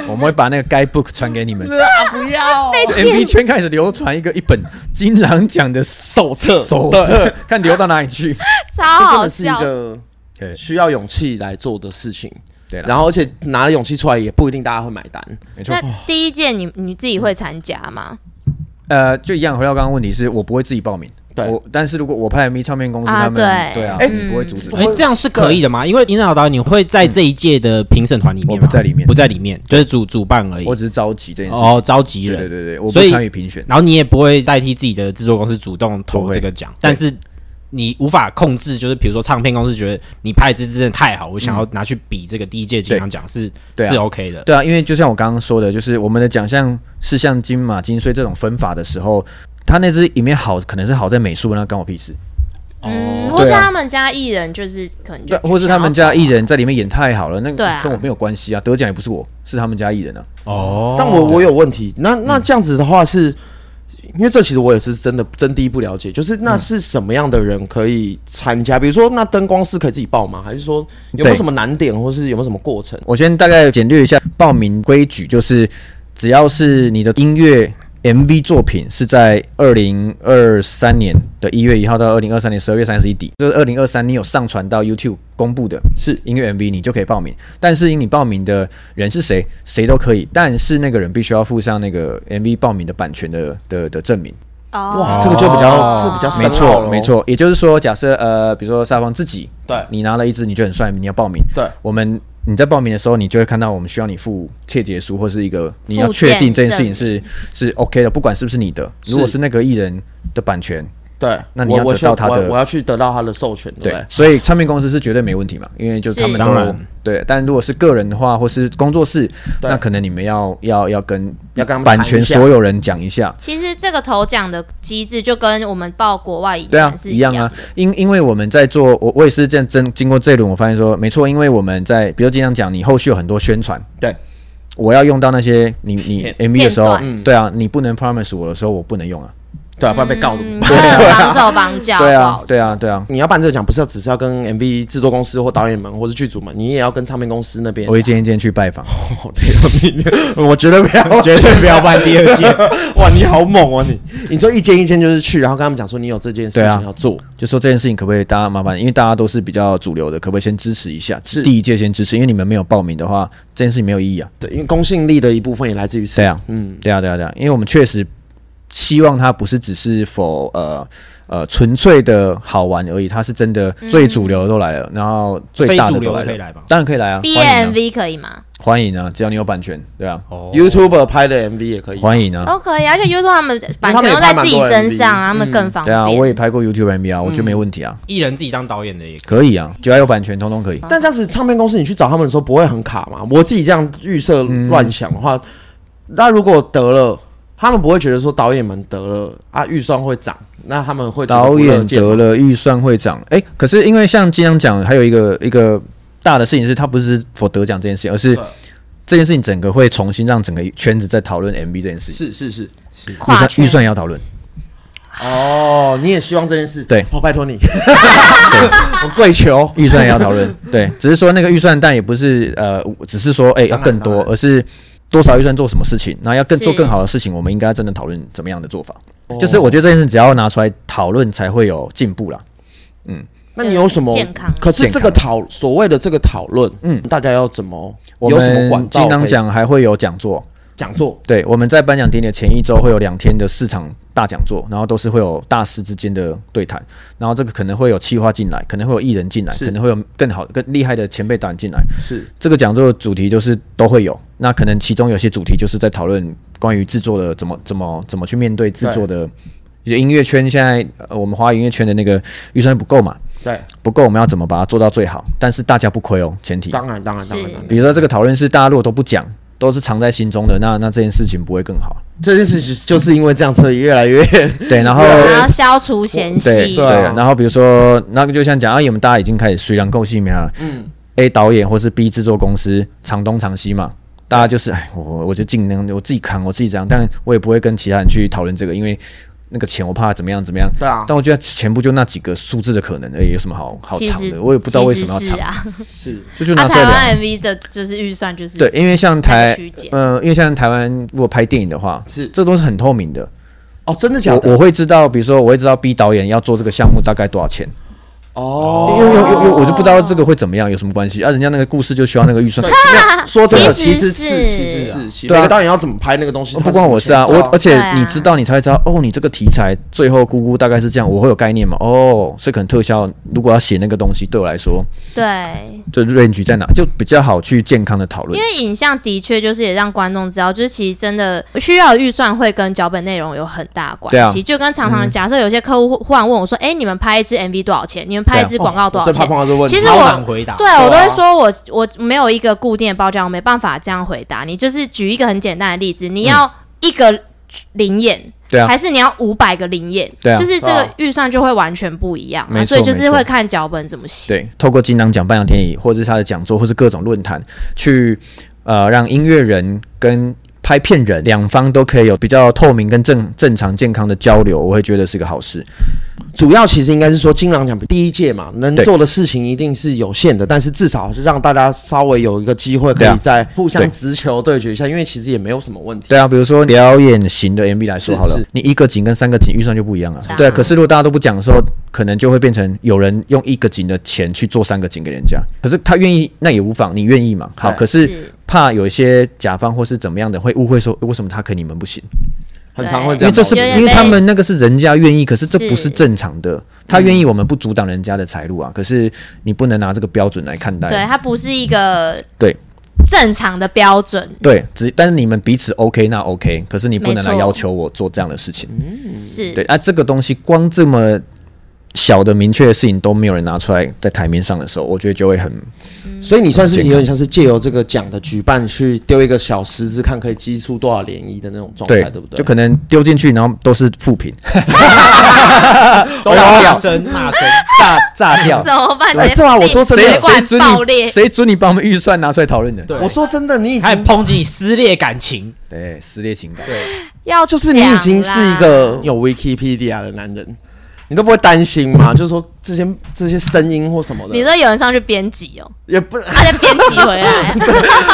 Speaker 4: 我们会把那个 guide book 传给你们。
Speaker 1: 啊不 (laughs) 要
Speaker 4: 就 MV 圈开始流传一个一本金狼奖的手
Speaker 1: 手册
Speaker 4: 手
Speaker 1: 对
Speaker 4: 册，看流到哪里去。
Speaker 3: 超
Speaker 1: 这真
Speaker 3: 好
Speaker 1: 的是一
Speaker 3: 笑。
Speaker 1: 个
Speaker 4: 对
Speaker 1: 需要勇气来做的事情。
Speaker 4: 对啦
Speaker 1: 然后而且拿了勇气出来，也不一定大家会买单。
Speaker 4: 没错
Speaker 3: 那，第一届你你自己会参加吗？
Speaker 4: 呃，就一样回到刚刚问题是，我不会自己报名。
Speaker 1: 对
Speaker 4: 我但是如果我拍 MV 唱片公司，
Speaker 3: 啊
Speaker 4: 他们
Speaker 3: 对
Speaker 4: 对啊，
Speaker 1: 哎
Speaker 4: 你不会阻止
Speaker 1: 嗯。
Speaker 2: 哎，这样是可以的吗？因为营长导演，你会在这一届的评审团里面吗？
Speaker 4: 我不在里面
Speaker 2: 不在里面，就是主主办而已
Speaker 4: 我。只是着急这件事情。
Speaker 2: 哦，召集
Speaker 4: 对对
Speaker 2: 人，
Speaker 4: 对对，我不
Speaker 2: 所以
Speaker 4: 参与评选。
Speaker 2: 然后你也不会代替自己的制作公司主动投这个奖，但是你无法控制，就是比如说唱片公司觉得你拍的这支真的太好，我想要拿去比这个第一届金像奖是
Speaker 4: 对啊
Speaker 2: 是 OK 的。
Speaker 4: 对啊，因为就像我刚刚说的，就是我们的奖项是像金马、金穗这种分法的时候，他那支影片好，可能是好在美术，那关我屁事。
Speaker 3: 嗯，或是
Speaker 4: 对啊
Speaker 3: 他们家艺人就是可能就
Speaker 4: 对，，或是他们家艺人在里面演太好了，那
Speaker 3: 对啊
Speaker 4: 跟我没有关系啊，得奖也不是我，是他们家艺人啊。嗯
Speaker 2: 哦
Speaker 1: 但我我有问题，那那这样子的话是，因为这其实我也是真的真第一不了解，就是那是什么样的人可以参加？比如说，那灯光是可以自己报吗？还是说有没有
Speaker 4: 对
Speaker 1: 什么难点，或是有没有什么过程？
Speaker 4: 我先大概简略一下报名规矩，就是只要是你的音乐 MV 作品是在二零二三年的一月一号到二零二三年十二月三十一底，就是二零二三你有上传到 YouTube 公布的
Speaker 1: 是
Speaker 4: 音乐 MV，你就可以报名。但是你报名的人是谁，谁都可以，但是那个人必须要附上那个 MV 报名的版权的的的证明。
Speaker 1: 哇，
Speaker 3: 哦，
Speaker 1: 这个就比较是比较深
Speaker 4: 没
Speaker 1: 奥
Speaker 4: 错，
Speaker 1: 咯
Speaker 4: 没，错。也就是说，假设呃，比如说沙方自己，
Speaker 1: 对
Speaker 4: 你拿了一支，你就很帅，你要报名。
Speaker 1: 对
Speaker 4: 我们你在报名的时候，你就会看到我们需要你附切结书或是一个你要
Speaker 3: 附
Speaker 4: 确
Speaker 3: 件
Speaker 4: 定这件事
Speaker 3: 证
Speaker 4: 情是是 OK 的，不管是不是你的，如果是那个艺人的版权，
Speaker 1: 对。
Speaker 4: 那你
Speaker 1: 我
Speaker 4: 要
Speaker 1: 我
Speaker 4: 得
Speaker 1: 需要
Speaker 4: 到他
Speaker 1: 我
Speaker 4: 的
Speaker 1: 我要去得到他的授权，对不
Speaker 4: 对
Speaker 1: 对，？
Speaker 4: 所以唱片公司是绝对没问题嘛，因为就是他们都
Speaker 2: 当然
Speaker 4: 对。但如果是个人的话，或是工作室，
Speaker 1: 对
Speaker 4: 那可能你们要要要跟
Speaker 1: 要跟他们
Speaker 4: 版
Speaker 1: 谈一
Speaker 4: 权
Speaker 1: 下
Speaker 4: 所有人讲一下。
Speaker 3: 其实这个头奖的机制就跟我们报国外影
Speaker 4: 对啊
Speaker 3: 展，是
Speaker 4: 一样
Speaker 3: 样
Speaker 4: 啊
Speaker 3: 的，
Speaker 4: 因因为我们在做，我我也是这样真经过这一轮，我发现说，没错，因为我们在，比如经常讲，你后续有很多宣传，
Speaker 1: 对，
Speaker 4: 我要用到那些你你
Speaker 1: 片
Speaker 4: MV 的时候
Speaker 3: 片段，
Speaker 1: 嗯
Speaker 4: 对啊，你不能 promise 我的时候，我不能用啊，
Speaker 1: 对啊，不然被告怎么
Speaker 3: 嗯
Speaker 1: 办？
Speaker 3: (laughs) 绑手绑脚，
Speaker 4: 啊 (laughs)
Speaker 3: 哦好
Speaker 4: 对
Speaker 3: 不
Speaker 4: 啊
Speaker 3: 好，
Speaker 4: 对啊，
Speaker 3: (laughs)
Speaker 4: 对啊，
Speaker 1: 你要办这个奖，不是要只是要跟 MV 制作公司或导演们或是剧组们，你也要跟唱片公司那边。
Speaker 4: 我一间一间去拜
Speaker 2: (laughs)
Speaker 4: 访，
Speaker 1: 我绝对不要，
Speaker 2: 绝对不要办第二届。
Speaker 1: (laughs) 哇，你好猛哦、你！你说一间一间就是去，然后跟他们讲说你有这件事
Speaker 4: 对啊
Speaker 1: 情要做，
Speaker 4: (laughs) 就说这件事情可不可以大家麻烦，因为大家都是比较主流的，可不可以先支持一下？
Speaker 1: 是
Speaker 4: 第一届先支持，因为你们没有报名的话，这件事情没有意义啊。
Speaker 1: 对，因为公信力的一部分也来自于此
Speaker 4: 对啊，
Speaker 1: 嗯，
Speaker 4: 对啊，对啊，对啊，因为我们确实希望它不是只是否呃呃纯粹的好玩而已，它是真的
Speaker 3: 嗯
Speaker 4: 最主流的都来了，然后最大的
Speaker 2: 非主
Speaker 4: 都
Speaker 2: 流
Speaker 4: 来
Speaker 2: 的
Speaker 4: 了，
Speaker 2: 可以来吧
Speaker 4: 当然可以来啊，
Speaker 3: ，B
Speaker 4: 欢迎
Speaker 3: M
Speaker 4: 啊，
Speaker 3: V 可以吗？
Speaker 4: 欢迎啊，只要你有版权，对啊，
Speaker 2: (laughs) 哦
Speaker 1: YouTuber 拍的 MV 也可以。
Speaker 4: 欢迎啊，
Speaker 3: 都可以，哦而且 YouTube 他们版
Speaker 1: 他们
Speaker 3: 权
Speaker 1: 也
Speaker 3: 都在
Speaker 1: 拍蛮
Speaker 3: 自己
Speaker 1: 多
Speaker 3: 身
Speaker 1: MV
Speaker 3: 上啊，他们更方
Speaker 4: 对
Speaker 3: 便。
Speaker 4: 啊，我也拍过 YouTube MV 啊，我觉得没问题啊，
Speaker 2: 艺人自己当导演的也可
Speaker 4: 可以啊，只要有版权，通通可以。
Speaker 1: 但这样子，唱片公司你去找他们的时候不会很卡吗？我自己这样预设乱想的话，那如果得了，他们不会觉得说导演们得了啊预算会涨，那他们会觉
Speaker 4: 导
Speaker 1: 不乐
Speaker 4: 演
Speaker 1: 见吗
Speaker 4: 得了预算会涨，哎、可是因为像金像奖还有一个一个大的事情是，它不是否得奖这件事情，而是
Speaker 1: 对
Speaker 4: 这件事情整个会重新让整个圈子在讨论 MV 这件事情，
Speaker 1: 是是是
Speaker 4: 预
Speaker 3: 跨
Speaker 4: 算
Speaker 3: 圈
Speaker 4: 预算也要讨论。
Speaker 1: 哦，你也希望这件事
Speaker 4: 对
Speaker 1: 哦，拜
Speaker 4: (laughs)
Speaker 1: 托你，我跪求
Speaker 4: 预算也要讨
Speaker 1: (laughs)
Speaker 4: 论，对，只是说那个预算，但也不是呃，只是说哎、要更
Speaker 1: 当
Speaker 4: 多，
Speaker 1: 然
Speaker 4: 而是多少预算做什么事情，然后要更
Speaker 3: 是
Speaker 4: 做更好的事情，我们应该真的讨论
Speaker 1: 哦
Speaker 4: 怎么样的做法。就是我觉得这件事只要拿出来讨论，才会有进步啦。嗯，
Speaker 1: 那你有什么？
Speaker 3: 健康
Speaker 1: 可是这个讨所谓的这个讨论，嗯，大家要怎么？
Speaker 4: 我
Speaker 1: 有什么管
Speaker 4: 们
Speaker 1: 道？
Speaker 4: 金刚奖还会有讲座，
Speaker 1: 讲座，
Speaker 4: 对，我们在颁奖典礼的前一周会有两天的市场大讲座，然后都是会有大师之间的对谈，然后这个可能会有企划进来，可能会有艺人进来，
Speaker 1: 是
Speaker 4: 可能会有更好、更厉害的前辈导演进来。
Speaker 1: 是
Speaker 4: 这个讲座的主题就是都会有，那可能其中有些主题就是在讨论关于制作的怎么怎么怎么去面对制作的。就音乐圈现在，呃我们华语音乐圈的那个预算不够嘛，
Speaker 1: 对，
Speaker 4: 不够，我们要怎么把它做到最好？但是大家不亏哦，前提。
Speaker 1: 当然，当然，
Speaker 3: 是
Speaker 1: 当然，当然
Speaker 4: 比如说这个讨论是大家如果都不讲，都是藏在心中的，那那这件事情不会更好。
Speaker 1: 这件事情就是因为这样，所以越来越 (laughs)
Speaker 4: 对，然后
Speaker 3: 然后消除嫌
Speaker 4: 对
Speaker 3: 隙，
Speaker 1: 对啊
Speaker 4: 然后比如说，那个就像讲，啊，我们大家已经开始虽然够细面了，嗯，A 导演或是 B 制作公司长东长西嘛，大家就是哎，我我就尽量我自己扛，我自己这样，但我也不会跟其他人去讨论这个，因为那个钱我怕怎么样怎么样。
Speaker 1: 对啊，
Speaker 4: 但我觉得全部就那几个数字的可能而哎已，有什么好好
Speaker 3: 其
Speaker 4: 藏
Speaker 3: 实
Speaker 4: 的？我也不知道为什么要
Speaker 3: 其实
Speaker 4: 藏
Speaker 3: 是，啊，
Speaker 1: 是
Speaker 4: 就就
Speaker 3: 啊，
Speaker 4: 拿这
Speaker 3: 台
Speaker 4: 两。
Speaker 3: 湾 MV 的就是预算就是
Speaker 4: 对，因为像
Speaker 3: 那个
Speaker 4: 台
Speaker 3: 区间，
Speaker 4: 呃，因为像台湾如果拍电影的话，
Speaker 1: 是
Speaker 4: 这都是很透明的。
Speaker 1: 哦，真的假
Speaker 4: 我我
Speaker 1: 的？
Speaker 4: 会知道，比如说我会知道 B 导演要做这个项目大概多少钱，
Speaker 3: (laughs)
Speaker 1: 哦
Speaker 4: 因为因为因为因为我就不知道这个会怎么样，有什么关系啊？人家那个故事就需要那个预算
Speaker 1: 对，，其实说真的，
Speaker 3: 其
Speaker 1: 其
Speaker 3: 实
Speaker 1: 实
Speaker 3: 是
Speaker 1: 是其实是，其实
Speaker 4: 对啊
Speaker 1: 每个导演要怎么拍那个东西，
Speaker 4: 不关我事啊。我而
Speaker 3: 对
Speaker 4: 且
Speaker 3: 啊
Speaker 4: 你知道，你才会知道哦，你这个题材最后估估大概是这样，我会有概念嘛？哦，所以可能特效如果要写那个东西，对我来说，
Speaker 3: 对，
Speaker 4: 这 range 在哪就比较好去健康的讨论
Speaker 3: 因。为影像的确就是也让观众知道，就是其实真的需要的预算会跟脚本内容有很大关系，
Speaker 4: 对啊
Speaker 3: 就跟常常假设有些客户忽然问我说：“哎、你们拍一支 MV
Speaker 4: 啊
Speaker 3: 多少钱？你们拍一
Speaker 4: 哦
Speaker 3: 支广告多少
Speaker 1: 最怕
Speaker 3: 钱？”
Speaker 1: 碰到这个问题。
Speaker 3: 其实
Speaker 2: 超
Speaker 3: 我
Speaker 2: 难回答。
Speaker 3: 对
Speaker 1: 啊
Speaker 3: 我都会说我我没有一个固定的报价，我没办法这样回答你。就是举一个很简单的例子，你要一个灵眼，
Speaker 4: 嗯对啊，
Speaker 3: 还是你要五百个灵验，
Speaker 4: 对啊
Speaker 3: 就是这
Speaker 1: 是
Speaker 3: 个
Speaker 1: 啊
Speaker 3: 预算就会完全不一样嘛、
Speaker 4: 没错
Speaker 3: 所以就是
Speaker 4: 没错
Speaker 3: 会看脚本怎么写。
Speaker 4: 对，透过金囊奖、颁奖典礼，或者是他的讲座，或是各种论坛，去呃让音乐人跟拍片人两方都可以有比较透明跟正正常健康的交流，我会觉得是个好事。
Speaker 1: 主要其实应该是说金狼奖第一届嘛，能
Speaker 4: 对
Speaker 1: 做的事情一定是有限的，但是至少是让大家稍微有一个机会可
Speaker 4: 对啊
Speaker 1: 以在互相
Speaker 4: 对
Speaker 1: 直球对决一下，因为其实也没有什么问题。
Speaker 4: 对啊，比如说表演型的 MV 来说
Speaker 1: 是
Speaker 4: 好了
Speaker 1: 是，
Speaker 4: 你一个景跟三个景预算就不一样了
Speaker 3: 是啊。
Speaker 4: 对啊，可是如果大家都不讲的时候，可能就会变成有人用一个景的钱去做三个景给人家，可是他愿意，那也无妨，你愿意嘛？好，
Speaker 3: 啊
Speaker 1: 对
Speaker 4: 可是
Speaker 3: 是
Speaker 4: 怕有一些甲方或是怎么样的会误会说，诶为什么他可以你们不行？
Speaker 1: 很常会
Speaker 3: 对啊
Speaker 1: 这
Speaker 4: 因为
Speaker 1: 样
Speaker 3: 有
Speaker 4: 这是
Speaker 1: 嘛。
Speaker 3: 点
Speaker 4: 因为
Speaker 3: 被
Speaker 4: 他们那个是人家愿意，可是这
Speaker 3: 是
Speaker 4: 不是正常的。他愿意，我们不阻挡人家的财路啊。可是你不能拿这个标准来看
Speaker 1: 哎
Speaker 4: 待。
Speaker 3: 对，它不是一个
Speaker 4: 对
Speaker 3: 正常的标准，
Speaker 4: 对，只但是你们彼此 OK，那 OK。可是你不能来
Speaker 3: 没错
Speaker 4: 要求我做这样的事情。
Speaker 1: 嗯
Speaker 3: 是 (laughs)
Speaker 4: 对啊，这个东西光这么小的明确的事情都没有人拿出来在台面上的时候，我觉得就会很
Speaker 1: 所以你算是有点像是借由这个奖的举办去丢一个小石子，看可以激出多少涟漪的那种状态，
Speaker 4: 对，
Speaker 1: 对不对？
Speaker 4: 就可能丢进去，然后都是负 (laughs) 评，
Speaker 2: 都骂声骂声，
Speaker 4: (laughs) 炸炸掉。
Speaker 3: 怎么办？
Speaker 1: 哎
Speaker 3: 直接
Speaker 1: 对啊
Speaker 3: 被
Speaker 1: 我说真的
Speaker 4: 谁
Speaker 3: 水
Speaker 4: 谁
Speaker 3: 管
Speaker 4: 准
Speaker 3: 爆
Speaker 4: 你
Speaker 3: 裂，
Speaker 4: 谁准你把我们预算拿出来讨论的？
Speaker 2: 对
Speaker 1: 我说真的，你已
Speaker 2: 还
Speaker 1: 经
Speaker 2: 抨击你撕裂感
Speaker 4: (laughs)
Speaker 2: 情，
Speaker 4: 对，撕裂情感。
Speaker 3: 要
Speaker 1: 就是你已经
Speaker 3: 讲啊
Speaker 1: 是一
Speaker 3: 啦
Speaker 1: 个有 Wikipedia 的男人，你都不会担心吗？就是说这些这些声音或什么的，
Speaker 3: 你说有人上去编辑哦，
Speaker 1: 也不
Speaker 3: 他再编辑回来，
Speaker 1: (laughs)
Speaker 3: 啊
Speaker 1: 也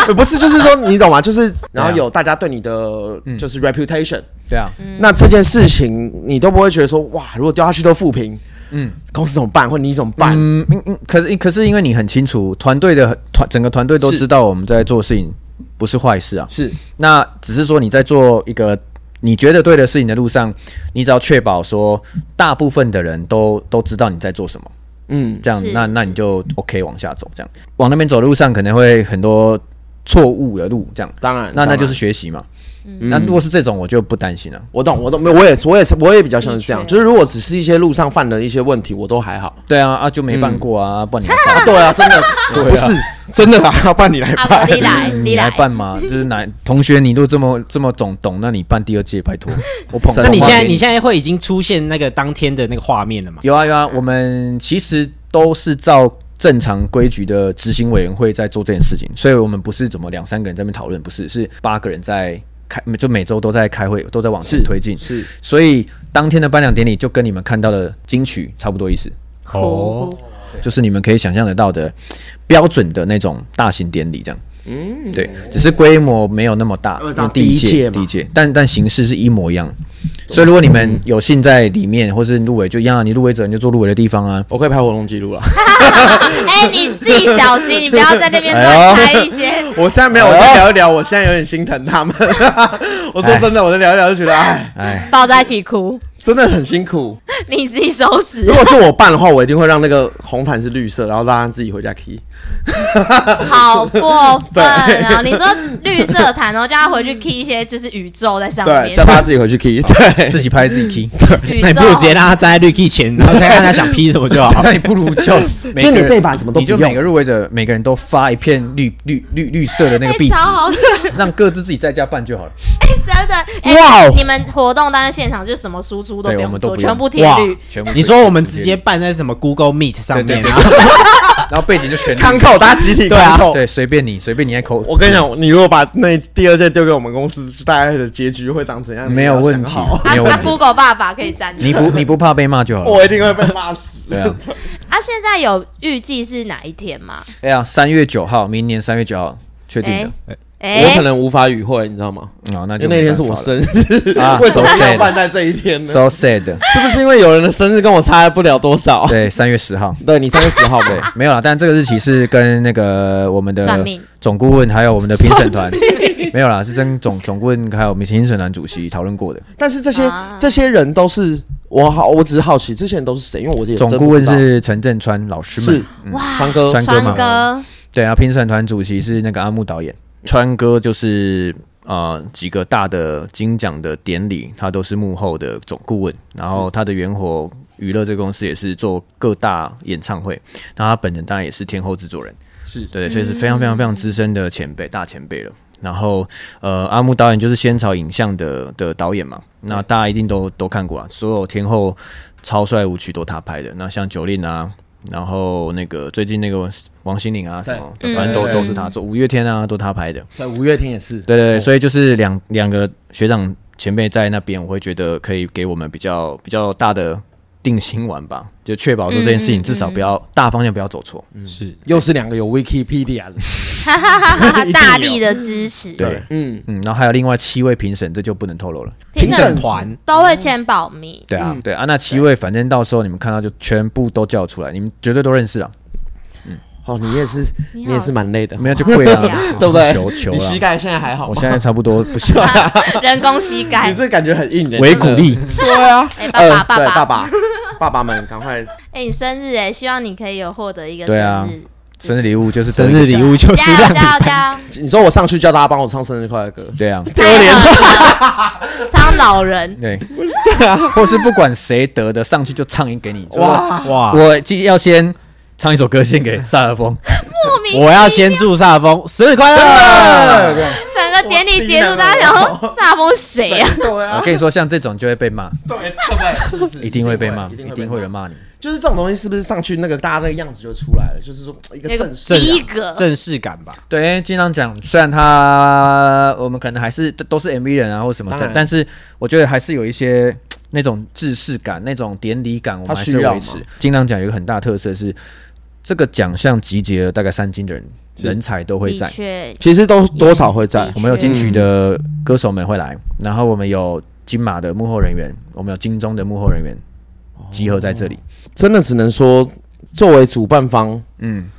Speaker 1: 呃不是，就是说你懂吗？就是
Speaker 4: 啊
Speaker 1: 然后有大家对你的
Speaker 4: 嗯
Speaker 1: 就是 reputation，、
Speaker 4: 对啊，
Speaker 3: 嗯
Speaker 1: 那这件事情你都不会觉得说哇，如果掉下去都负评，嗯，公司怎么办，或你怎么办？
Speaker 4: 嗯，嗯嗯，可是可是因为你很清楚团队的团整个团队都
Speaker 1: 是
Speaker 4: 知道我们在做事情不是坏事啊，
Speaker 1: 是
Speaker 4: 那只是说你在做一个你觉得对的事情的路上，你只要确保说大部分的人都都知道你在做什么，
Speaker 1: 嗯，
Speaker 4: 这样
Speaker 3: 是
Speaker 4: 那那你就 OK 往下走，这样往那边走的路上可能会很多错误的路，这
Speaker 2: 嗯
Speaker 4: 样
Speaker 1: 当然，
Speaker 4: 那
Speaker 1: 当
Speaker 4: 那
Speaker 1: 然
Speaker 4: 就是学习嘛。
Speaker 3: 嗯
Speaker 4: 那如果是这种，我就不担心了。
Speaker 1: 我懂，我懂，没有，我也我也是，我也比较像是这样，
Speaker 3: 的确
Speaker 1: 就是如果只是一些路上犯的一些问题，我都还好。
Speaker 4: 对啊啊，就没办过啊，
Speaker 2: 嗯
Speaker 4: 不然你来办
Speaker 1: 啊 (laughs) 对啊，真的，
Speaker 4: 对啊
Speaker 1: 不是真的啦，要不然你来
Speaker 3: 阿
Speaker 1: 办
Speaker 3: 伯，啊你 (laughs) 来，
Speaker 4: 你来
Speaker 3: 来，
Speaker 4: 办嘛？就是哪同学，你都这么这么懂懂，那你办第二届
Speaker 3: (laughs)
Speaker 4: 拜托，我捧。
Speaker 2: 那你现在
Speaker 4: 捧
Speaker 2: 你现在会已经出现那个当天的那个画面了吗？
Speaker 4: 有啊有啊，我们其实都是照正常规矩的执行委员会在做这件事情，所以我们不是怎么两三个人在那边讨论，不是，是八个人在开，就每周都在开会，都在往前推进。
Speaker 1: 是
Speaker 4: 所以当天的颁奖典礼就跟你们看到的金曲差不多意思，
Speaker 3: 哭哦
Speaker 4: 就是你们可以想象得到的标准的那种大型典礼这样。嗯，对，只是规模没有那么大
Speaker 1: 呃，到
Speaker 4: 第一
Speaker 1: 第一届嘛
Speaker 4: 第一届，但但形式是一模一样。所以如果你们有幸在里面，或是入围，就一样、啊，你入围者你就做入围的地方啊。
Speaker 1: 我可以拍活动记
Speaker 4: (laughs)
Speaker 1: 录了。
Speaker 3: 哎、你自己小
Speaker 1: (laughs)
Speaker 3: 心，你不要在那
Speaker 1: 哎
Speaker 3: 边乱猜一些。
Speaker 1: 我现在没有，我
Speaker 4: 哦
Speaker 1: 在聊一聊，我现在有点心疼他们。 (laughs) 我说真的，我在聊一聊就觉得，哎，
Speaker 4: 哎，
Speaker 3: 抱在一起哭，
Speaker 1: 真的很辛苦。
Speaker 3: 你自己收拾
Speaker 1: (laughs) 如。果是我办的话，我一定会让那个红毯是绿色，然后让他自己回家 key。
Speaker 3: 好过分哦！ (laughs) 你说绿色毯哦，叫他回去 key 一些就是宇宙在上
Speaker 1: 对，
Speaker 3: 面
Speaker 1: 叫，他自己回去 (laughs) key。对，
Speaker 4: 自己拍自己 key，
Speaker 3: 宇
Speaker 2: (laughs) 那你
Speaker 3: 宙
Speaker 2: 不如直接让他站在绿 key 前，然后再看他想 P 什么就好。
Speaker 4: 那你不如
Speaker 1: (laughs)
Speaker 4: 就每
Speaker 1: 啊就
Speaker 4: 个
Speaker 1: 你
Speaker 4: 人
Speaker 1: 背板什么都
Speaker 4: 你
Speaker 1: 不
Speaker 4: 就每个
Speaker 1: 用。
Speaker 4: 入围者每个人都发一片绿绿绿绿色的那
Speaker 3: 哎、
Speaker 4: 个壁纸
Speaker 3: 超，好笑，
Speaker 4: 让各自自己在家办就好了。
Speaker 3: 真的。哎、
Speaker 1: 哇哦
Speaker 3: 你们活动当然现场就什么输出都不
Speaker 4: 对我
Speaker 3: 用
Speaker 4: 们都
Speaker 3: 做，
Speaker 4: 不用
Speaker 3: 全部贴
Speaker 2: 哇
Speaker 3: 绿。
Speaker 4: 全部
Speaker 2: 你说我们直接办在什么 Google Meet 上面，
Speaker 4: 对对 (laughs) 对
Speaker 2: 然后
Speaker 4: 然后背景就全绿
Speaker 1: 啊康扣，大家集体
Speaker 2: 对啊
Speaker 1: 康扣。
Speaker 4: 对，随便你，随便你在口，
Speaker 1: 我跟你讲，你如果把那第二届丢给我们公司，大概的结局会长怎样？
Speaker 4: 没有问题
Speaker 1: 你要想好 (laughs)
Speaker 3: 啊
Speaker 4: 没有问
Speaker 3: 啊
Speaker 4: 题
Speaker 3: ，Google 爸爸可以站
Speaker 4: 你
Speaker 3: 起来。
Speaker 4: 不你不怕被骂就好了。
Speaker 1: 我一定会被骂死。
Speaker 4: 对啊，
Speaker 3: 啊，现在有预计是哪一天吗？
Speaker 4: 哎呀，三月九号，明年三月九号确定
Speaker 3: 哎
Speaker 4: 的。
Speaker 3: (laughs) 哎、
Speaker 1: 我可能无法与会，你知道吗？
Speaker 4: 哦，那
Speaker 1: 因为
Speaker 4: 就
Speaker 1: 那天
Speaker 4: 没
Speaker 1: 是我
Speaker 4: 办法
Speaker 1: 生日，
Speaker 4: 了
Speaker 1: (laughs)
Speaker 4: 啊，
Speaker 1: 为什么
Speaker 4: so
Speaker 1: 要
Speaker 4: sad
Speaker 1: 办在这一天呢？
Speaker 4: so sad？
Speaker 1: 是不是因为有人的生日跟我差不了多少？ (laughs)
Speaker 4: 对，三月十号。
Speaker 1: 对，你三月十号对
Speaker 4: 对，没有啦，但这个日期是跟那个我们
Speaker 3: 算
Speaker 4: 的
Speaker 3: 命
Speaker 4: 总顾问还有我们的评审团， (laughs) 没有啦，是跟总总顾问还有我们评审团主席讨论过的。
Speaker 1: (laughs) 但是这些、
Speaker 3: 啊
Speaker 1: 这些人都是我好，我只是好奇这些人都是谁，因为我也
Speaker 4: 总
Speaker 1: 真
Speaker 4: 顾
Speaker 1: 不
Speaker 4: 问
Speaker 1: 知道
Speaker 4: 是陈振川老师
Speaker 1: 是嗯
Speaker 4: 们，
Speaker 3: 哇，
Speaker 1: 川哥
Speaker 4: 川哥
Speaker 3: 川
Speaker 4: 嘛 (laughs)
Speaker 3: 哥
Speaker 4: 对啊，评审团主席是那个阿木导演。川哥就是呃几个大的金奖的典礼，他都是幕后的总顾问，然后他的元活娱乐这个公司也是做各大演唱会，那他本人当然也是天后制作人，
Speaker 1: 是
Speaker 4: 对，所以是非
Speaker 3: 嗯
Speaker 4: 常非常非常资深的前辈大前辈了。然后呃，阿木导演就是仙草影像的的导演嘛，那大家一定都都看过啊，所有天后超帅舞曲都他拍的，那像九令啊。然后那个最近那个王心凌啊什么
Speaker 3: 对哦
Speaker 4: 的，反正都
Speaker 1: 嗯
Speaker 4: 都是他做，五月天啊都他拍的。
Speaker 1: 对五月天也是
Speaker 4: 对对对，所以就是两两个学长前辈在那边，我会觉得可以给我们比较比较大的定心丸吧，就确保说这件
Speaker 3: 嗯
Speaker 4: 事
Speaker 3: 嗯
Speaker 4: 情至少不要、大方向不要走错。
Speaker 2: 是
Speaker 1: 又是两个有 Wikipedia 的，
Speaker 3: 大力的支持，
Speaker 4: 对，
Speaker 1: 嗯，
Speaker 4: 嗯，然后还有另外七位评审，这就不能透露了。
Speaker 3: 评
Speaker 1: 审
Speaker 2: 团
Speaker 3: 都会签保
Speaker 4: (laughs)
Speaker 3: 密。
Speaker 4: 对啊，
Speaker 1: 嗯
Speaker 4: 对啊，那七位反正到时候你们看到就全部都叫出来，你们绝对都认识啊，
Speaker 1: 哦，你也是，
Speaker 3: 你
Speaker 1: 你
Speaker 3: 好
Speaker 1: 也是蛮累的，
Speaker 4: 没有就跪了、
Speaker 3: 对啊
Speaker 4: 啊，
Speaker 1: 对不对？
Speaker 4: 求求
Speaker 1: 你
Speaker 4: 了
Speaker 1: 膝，盖现在还好
Speaker 4: 我
Speaker 1: 吗？
Speaker 4: 现在差不多不
Speaker 1: (laughs)
Speaker 4: 行，
Speaker 3: 人工膝盖
Speaker 1: 你。这感觉很硬的，
Speaker 4: 维鼓
Speaker 1: 真的。
Speaker 4: 励，
Speaker 1: 对啊，
Speaker 3: 哎爸爸
Speaker 1: 呃对
Speaker 3: 爸
Speaker 1: 哎爸爸，爸爸们赶快
Speaker 3: 哎、你生日哎，希望你可以有获得一个生
Speaker 4: 对啊
Speaker 3: 日，
Speaker 4: 生日礼物就是啊
Speaker 2: 生日礼物就
Speaker 3: 加
Speaker 2: 是
Speaker 3: 油
Speaker 2: 让你
Speaker 3: 加油加油！
Speaker 1: 你说我上去叫大家帮我唱生日快乐歌，
Speaker 4: 对啊，
Speaker 3: 丢脸，
Speaker 4: (laughs)
Speaker 3: 苍老人，
Speaker 4: 对，
Speaker 1: 啊
Speaker 4: 或是不管谁得的上去就唱一给你，哇，
Speaker 2: 哇！
Speaker 4: 我既要先唱一首歌献给萨尔风，
Speaker 3: 莫名
Speaker 2: 我要先祝萨风生日快乐！
Speaker 3: 整个典礼结束，大家想说煞风谁啊？
Speaker 1: 对啊
Speaker 4: 我，跟你说，像这种就会被骂，
Speaker 1: 对，这个是不是
Speaker 4: 一定会被骂，
Speaker 1: 一
Speaker 4: 一
Speaker 1: 定
Speaker 4: 定
Speaker 1: 会
Speaker 4: 会
Speaker 1: 被
Speaker 4: 有
Speaker 1: 骂
Speaker 4: 人骂你，
Speaker 1: 就是这种东西是不是上去那个大家那个样子就出来了？就是说一个
Speaker 3: 那个
Speaker 1: 正式，
Speaker 3: 逼格，
Speaker 2: 正式感吧，
Speaker 4: 对，因为经常讲，虽然他我们可能还是都都是 MV 人啊或什么
Speaker 1: 当
Speaker 4: 的
Speaker 1: 然，
Speaker 4: 但是我觉得还是有一些那种制式感、那种典礼感，我们还是
Speaker 1: 他需要
Speaker 4: 维持。金狼奖有一个很大特色是，这个奖项集结了大概三金的人人才都会
Speaker 3: 的
Speaker 4: 在，
Speaker 3: 确，
Speaker 1: 其实都多少会在
Speaker 3: 的，
Speaker 4: 我们有
Speaker 3: 确
Speaker 4: 金曲的歌手们会来，然后我们有金马的幕后人员，我们有金钟的幕后人员集合在这里。
Speaker 1: 真的只能说作为主办方，嗯。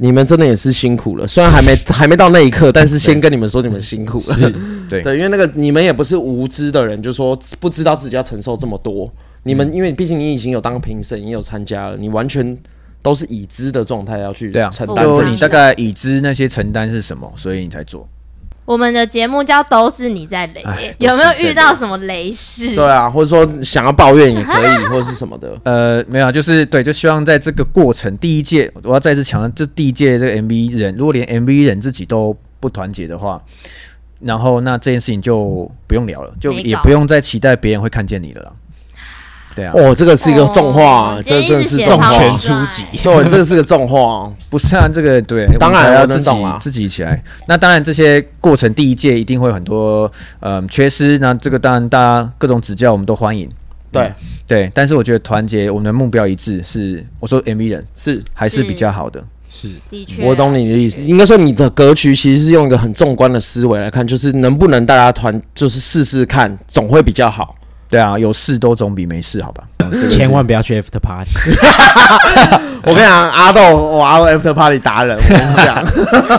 Speaker 1: 你们真的也是辛苦了，虽然还没还没到那一刻，但是先跟你们说你们辛苦了。
Speaker 4: 对
Speaker 1: 对，因为那个你们也不是无知的人，就说不知道自己要承受这么多。你
Speaker 4: 嗯
Speaker 1: 们因为毕竟你已经有当评审，也有参加了，你完全都是已知的状态要去
Speaker 4: 对啊，
Speaker 1: 承
Speaker 3: 负
Speaker 1: 担
Speaker 3: 担
Speaker 4: 就
Speaker 1: 这
Speaker 4: 你
Speaker 1: 些。
Speaker 4: 大概已知那些承担是什么，所以你才做。
Speaker 3: 我们的节目叫都是你在雷
Speaker 4: 哎，
Speaker 3: 有没
Speaker 4: 都是
Speaker 3: 有
Speaker 4: 这
Speaker 3: 遇到什么雷事？
Speaker 1: 对啊，或者说想要抱怨也
Speaker 3: 啊
Speaker 1: 可以，或者是什么的。
Speaker 4: 呃，没有啊，就是对，就希望在这个过程，第一届我要再次强调，这第一届这个 MV 人，如果连 MV 人自己都不团结的话，然后那这件事情就不用聊了，就
Speaker 3: 没
Speaker 4: 也
Speaker 3: 搞
Speaker 4: 不用再期待别人会看见你了啦。 (laughs) 对啊，
Speaker 1: 哦，这个是一个重话，
Speaker 3: 哦
Speaker 1: 这真的
Speaker 3: 今
Speaker 1: 是
Speaker 3: 天一直写
Speaker 1: 重
Speaker 2: 重
Speaker 3: 好
Speaker 1: 话
Speaker 2: 拳
Speaker 3: 出
Speaker 2: 出
Speaker 3: 击
Speaker 2: 击，
Speaker 1: 对，这个是个重话。
Speaker 4: 不是啊，这个对，
Speaker 1: (laughs) 当然
Speaker 4: 我们还
Speaker 1: 我
Speaker 4: 要
Speaker 1: 能
Speaker 4: 自己
Speaker 1: 懂啊
Speaker 4: 自己起来。那当然，这些过程第一届一定会有很多嗯缺失，那这个当然大家各种指教我们都欢迎。嗯
Speaker 1: 对，
Speaker 4: 对，但是我觉得团结，我们的目标一致是，我说 MV 人
Speaker 1: 是
Speaker 4: 还是
Speaker 3: 是
Speaker 4: 比较好的。
Speaker 2: 是
Speaker 3: 的确，
Speaker 1: 我懂你的意思，应该说你的格局其实是用一个很纵观的思维来看，就是能不能大家团就是试试看，总会比较好。
Speaker 4: 对啊，有事都总比没事好吧？
Speaker 2: 千万不要去 after party。
Speaker 1: (laughs) 我跟你讲，阿豆，我阿豆 after party 达人，我跟你讲，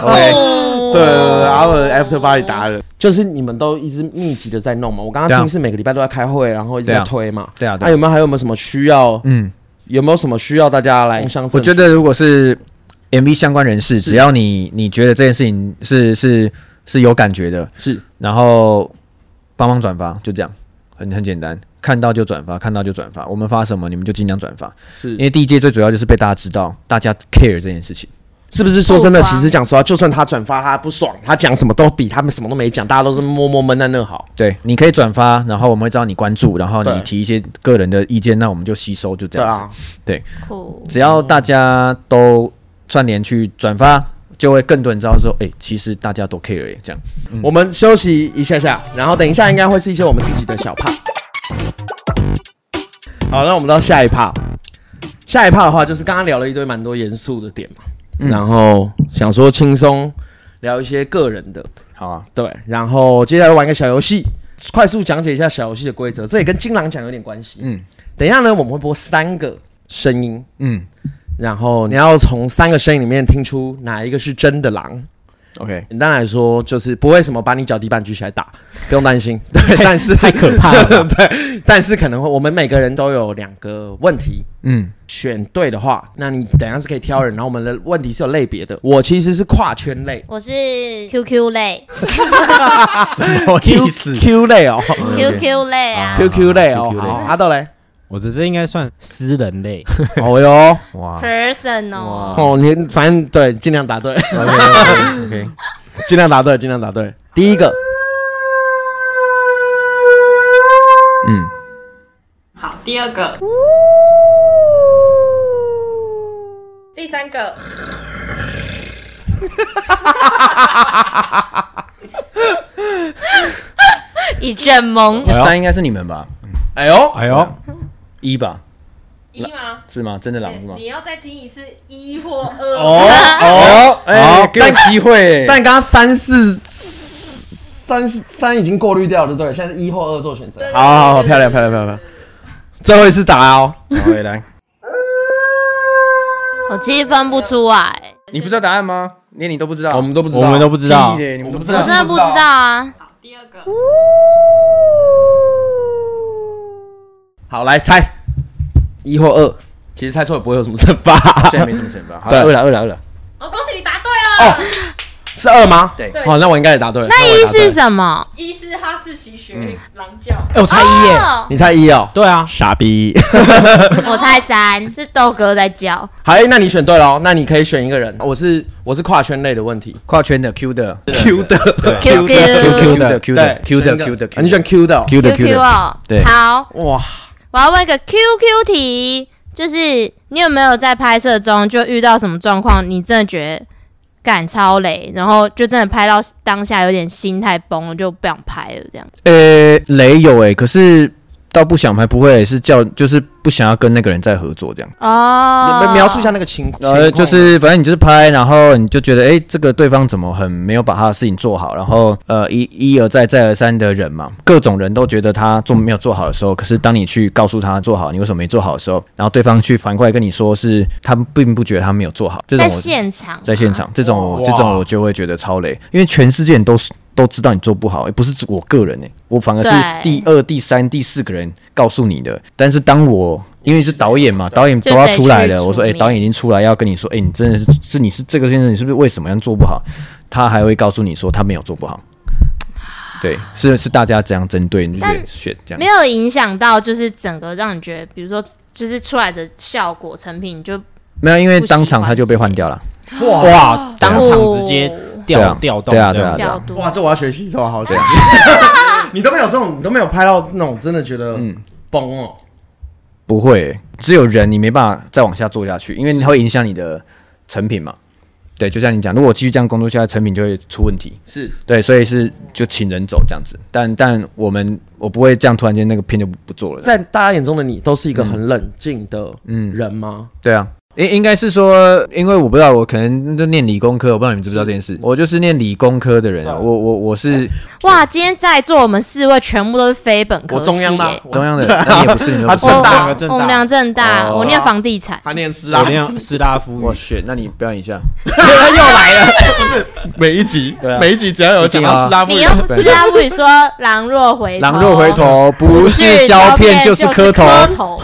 Speaker 3: 哦。
Speaker 1: 对对对，阿豆 after party 达人，就是你们都一直密集的在弄嘛。我刚
Speaker 4: 对
Speaker 1: 刚
Speaker 4: 啊
Speaker 1: 听是每个礼拜都在开会，然后一直在
Speaker 4: 对啊
Speaker 1: 推嘛。
Speaker 4: 对啊，
Speaker 1: 那、有没有还有没有什么需要？
Speaker 4: 嗯，
Speaker 1: 有没有什么需要大家来相？
Speaker 4: 我觉得如果是 MV 相关人士，只要你你觉得这件事情是是是有感觉的，
Speaker 1: 是
Speaker 4: 然后帮忙转发，就这样，很很简单，看到就转发，看到就转发，我们发什么你们就尽量转发，
Speaker 1: 是
Speaker 4: 因为第一届最主要就是被大家知道，大家 care 这件事情，
Speaker 1: 是不是说真的？
Speaker 3: 曝
Speaker 1: 其
Speaker 3: 光
Speaker 1: 实讲实话，就算他转发他不爽，他讲什么都比他们什么都没讲，大家都是默默闷在那好。
Speaker 4: 对，你可以转发，然后我们会知道你关注，然后
Speaker 1: 对
Speaker 4: 你提一些个人的意见，那我们就吸收，就这
Speaker 1: 对
Speaker 4: 样子，
Speaker 1: 啊，
Speaker 3: 酷，
Speaker 4: 只要大家都串联去转发，就会更多人知道说，哎、其实大家都 care 欸耶这样。
Speaker 1: 我们休息一下下，然后等一下应该会是一些我们自己的小帕。好，那我们到下一趴。下一趴的话，就是刚刚聊了一堆蛮多严肃的点嘛，
Speaker 4: 嗯
Speaker 1: 然后想说轻松聊一些个人的，
Speaker 4: 好啊，
Speaker 1: 对，然后接下来玩个小游戏，快速讲解一下小游戏的规则，这也跟金狼奖有点关系。
Speaker 4: 嗯
Speaker 1: 等一下呢，我们会播三个声音，
Speaker 4: 嗯
Speaker 1: 然后你要从三个声音里面听出哪一个是真的狼。
Speaker 4: ，OK，
Speaker 1: 简单来说，就是不会什么把你脚底板举起来打，不用担心。对，但是
Speaker 2: 太可怕了
Speaker 1: (laughs) 对，但是可能会，我们每个人都有两个问题。
Speaker 4: 嗯，
Speaker 1: 选对的话，那你等一下是可以挑人。然后我们的问题是有类别的，我其实是跨圈类
Speaker 3: 我是 QQ 类
Speaker 4: 我
Speaker 1: ，Q Q 类哦
Speaker 3: ，QQ 类啊，
Speaker 1: ，Q Q 类哦。
Speaker 4: QQ 类
Speaker 1: 好，阿豆嘞，
Speaker 2: 我的这应该算私人
Speaker 4: (laughs)
Speaker 2: 类，
Speaker 1: 哦哟，
Speaker 4: 哇
Speaker 3: person 哦，
Speaker 1: 哦，你反正对，尽量答对，
Speaker 4: ，OK OK，
Speaker 1: (laughs) 尽量答对，尽量答对。第一个，
Speaker 4: 嗯，
Speaker 5: 好，第二个，第三个，
Speaker 3: 一阵懵
Speaker 4: 第，三应该是你们吧？
Speaker 1: 哎呦，
Speaker 2: 哎呦，
Speaker 4: 一吧，
Speaker 5: 一吗？
Speaker 4: 是吗？真的狼是吗
Speaker 5: 你？要再听一次一或二
Speaker 1: 哦哦。
Speaker 4: 哦，哎，给我机会，
Speaker 1: 但刚刚三四三四三已经过滤掉了，对不对？现在是一或二做选择。好好好，漂亮漂亮漂亮漂亮，最后一次打哦。
Speaker 4: 好来来，
Speaker 3: 我其实分不出来，
Speaker 4: 你不知道答案吗？连你都不知道，
Speaker 1: 我们都不知道，
Speaker 2: 我们都不知道
Speaker 4: 屁，嘞你们都不知
Speaker 3: 我
Speaker 4: 道
Speaker 3: 真，的不知道啊。
Speaker 5: 好，第二个，哦
Speaker 1: 好，来猜一或二。其实猜错也不会有什么惩罚，
Speaker 4: (laughs) 现在没什么惩罚。好
Speaker 1: 对
Speaker 4: 了，饿了饿了饿了，
Speaker 5: 哦，恭喜你答对了。
Speaker 1: 是二吗？
Speaker 4: 对
Speaker 1: 好，那我应该也答对了。
Speaker 3: 那
Speaker 1: 我也
Speaker 3: 一
Speaker 1: 答对了
Speaker 3: 是什么？
Speaker 5: 一是哈士奇学狼叫，
Speaker 2: 哎，我猜一耶，
Speaker 3: 哦
Speaker 1: 你猜一哦，
Speaker 2: 对啊，
Speaker 1: 傻逼。
Speaker 3: 我猜三，是豆哥在叫。
Speaker 1: 好，哎那你选对了哦，那你可以选一个人。我是我是跨圈类的问题
Speaker 4: 跨圈的 Q 的
Speaker 1: ，Q 的
Speaker 3: Q
Speaker 4: Q
Speaker 3: Q
Speaker 4: 的 Q 的
Speaker 1: 对
Speaker 4: Q 的
Speaker 1: 选一个
Speaker 4: Q 的
Speaker 1: 啊你选 Q 的哦
Speaker 4: Q 的
Speaker 3: Q
Speaker 4: Q
Speaker 3: Q
Speaker 4: 的，
Speaker 3: 哦，
Speaker 4: 对
Speaker 3: 好，
Speaker 1: 哇，
Speaker 3: 我要问一个 Q Q 题，就是你有没有在拍摄中就遇到什么状况，你真的觉得赶超雷，然后就真的拍到当下有点心态崩了，就不想拍了这样？
Speaker 4: 呃，雷有哎，可是倒不想拍，不会是叫就是不想要跟那个人再合作这样。
Speaker 3: 哦，
Speaker 1: 描描述一下那个情情
Speaker 4: 呃，
Speaker 1: 况，
Speaker 4: 就是反正你就是拍，然后你就觉得，哎、这个对方怎么很没有把他的事情做好，然后呃一一而再再而三的人嘛，各种人都觉得他做没有做好的时候，可是当你去告诉他做好，你为什么没做好的时候，然后对方去反过来跟你说是他并不觉得他没有做好，这种
Speaker 3: 在
Speaker 4: 我
Speaker 3: 现场，
Speaker 4: 在现，场这种我
Speaker 1: 哇
Speaker 4: 这种我就会觉得超累，因为全世界人都是都知道你做不好，也不是指我个人哎、我反而是
Speaker 3: 对
Speaker 4: 第二、第三、第四个人告诉你的。但是当我因为是导演嘛，导演都要出来
Speaker 3: 就得去
Speaker 4: 了，我说
Speaker 3: 出
Speaker 4: 哎、
Speaker 3: 面
Speaker 4: 导演已经出来要跟你说，哎、你真的是是你是这个先生，你是不是为什么样做不好？他还会告诉你说他没有做不好。对，是是大家怎样针对你就
Speaker 3: 但
Speaker 4: 选选这样
Speaker 3: 没。有影响到就是整个让你觉得，比如说就是出来的效果成品，你就
Speaker 4: 没有，因为
Speaker 3: 不喜
Speaker 4: 当场
Speaker 3: 欢
Speaker 4: 他就
Speaker 3: 之类
Speaker 4: 被换掉了。
Speaker 2: 哇，当场
Speaker 3: 哦
Speaker 2: 直接
Speaker 4: 对
Speaker 2: 调
Speaker 4: 啊
Speaker 2: 调动
Speaker 4: 对啊
Speaker 2: 这样
Speaker 4: 对啊
Speaker 3: 调度。
Speaker 1: 哇，这我要学习，这我好学习。 (laughs) 你都没有这种，你都没有拍到那种真的觉得
Speaker 4: 嗯
Speaker 1: 崩哦。
Speaker 4: 不会，只有人你没办法再往下做下去，因为它会影响你的成品嘛。对，就像你讲，如果继续这样工作下去，成品就会出问题。
Speaker 1: 是
Speaker 4: 对，所以是就请人走这样子。但但我们我不会这样突然间那个片就不不做了。嗯
Speaker 1: 在大家眼中的你，都是一个很冷静的人吗？
Speaker 4: 对啊，应应该是说，因为我不知道，我可能就念理工科，我不知道你们知不知道这件事。我就是念理工科的人啊，我我我是
Speaker 3: 哇，今天在座我们四位全部都是非本科
Speaker 1: 我中央
Speaker 3: 系
Speaker 1: 大
Speaker 3: 耶，
Speaker 4: 中 (laughs) 央的，那你也不是，你
Speaker 1: 他
Speaker 4: 又不
Speaker 1: 正
Speaker 4: 是。
Speaker 1: 大
Speaker 3: 我
Speaker 2: 正大啊
Speaker 3: 我们俩正大，我念房地产。
Speaker 1: 他念诗
Speaker 2: 我
Speaker 1: 啊，
Speaker 2: 念斯拉夫
Speaker 4: 我
Speaker 2: 语，
Speaker 4: 选，那你表演一下。
Speaker 1: (laughs) 他又来了，不是每一集
Speaker 4: 对啊
Speaker 1: 每一集只要有讲
Speaker 4: 一定
Speaker 1: 到
Speaker 4: 啊
Speaker 1: 斯拉夫
Speaker 3: 你
Speaker 1: 语
Speaker 3: 又，不是啊，不许说狼若回头，
Speaker 4: 狼若回头，不是胶片就是
Speaker 3: 磕
Speaker 4: 磕头。
Speaker 3: 头。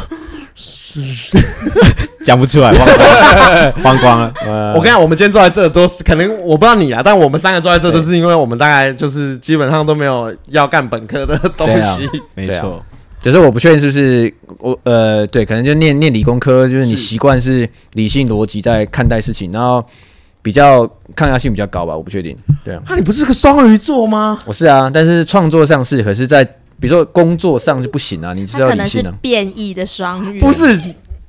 Speaker 2: 讲不出来，忘
Speaker 4: (laughs)
Speaker 2: 光了忘光了。
Speaker 1: (laughs) 我跟你讲，我们今天坐在这都是可能我不知道你啊，但我们三个坐在这都是因为我们大概就是基本上都没有要干本科的东西。
Speaker 2: 没
Speaker 4: 对啊
Speaker 2: 错，
Speaker 4: 只是我不确定是不是我呃，对，可能就念念理工科，就是你习惯是理性逻辑在看待事情，然后比较抗压性比较高吧，我不确定。对啊，
Speaker 1: 啊，你不是个双鱼座吗？
Speaker 4: 我是啊，但是创作上是，可是在比如说工作上就不行啊，你
Speaker 3: 他
Speaker 4: 是要
Speaker 3: 可
Speaker 4: 理
Speaker 3: 能是
Speaker 4: 性啊。
Speaker 3: 变异的双语，
Speaker 1: 不是，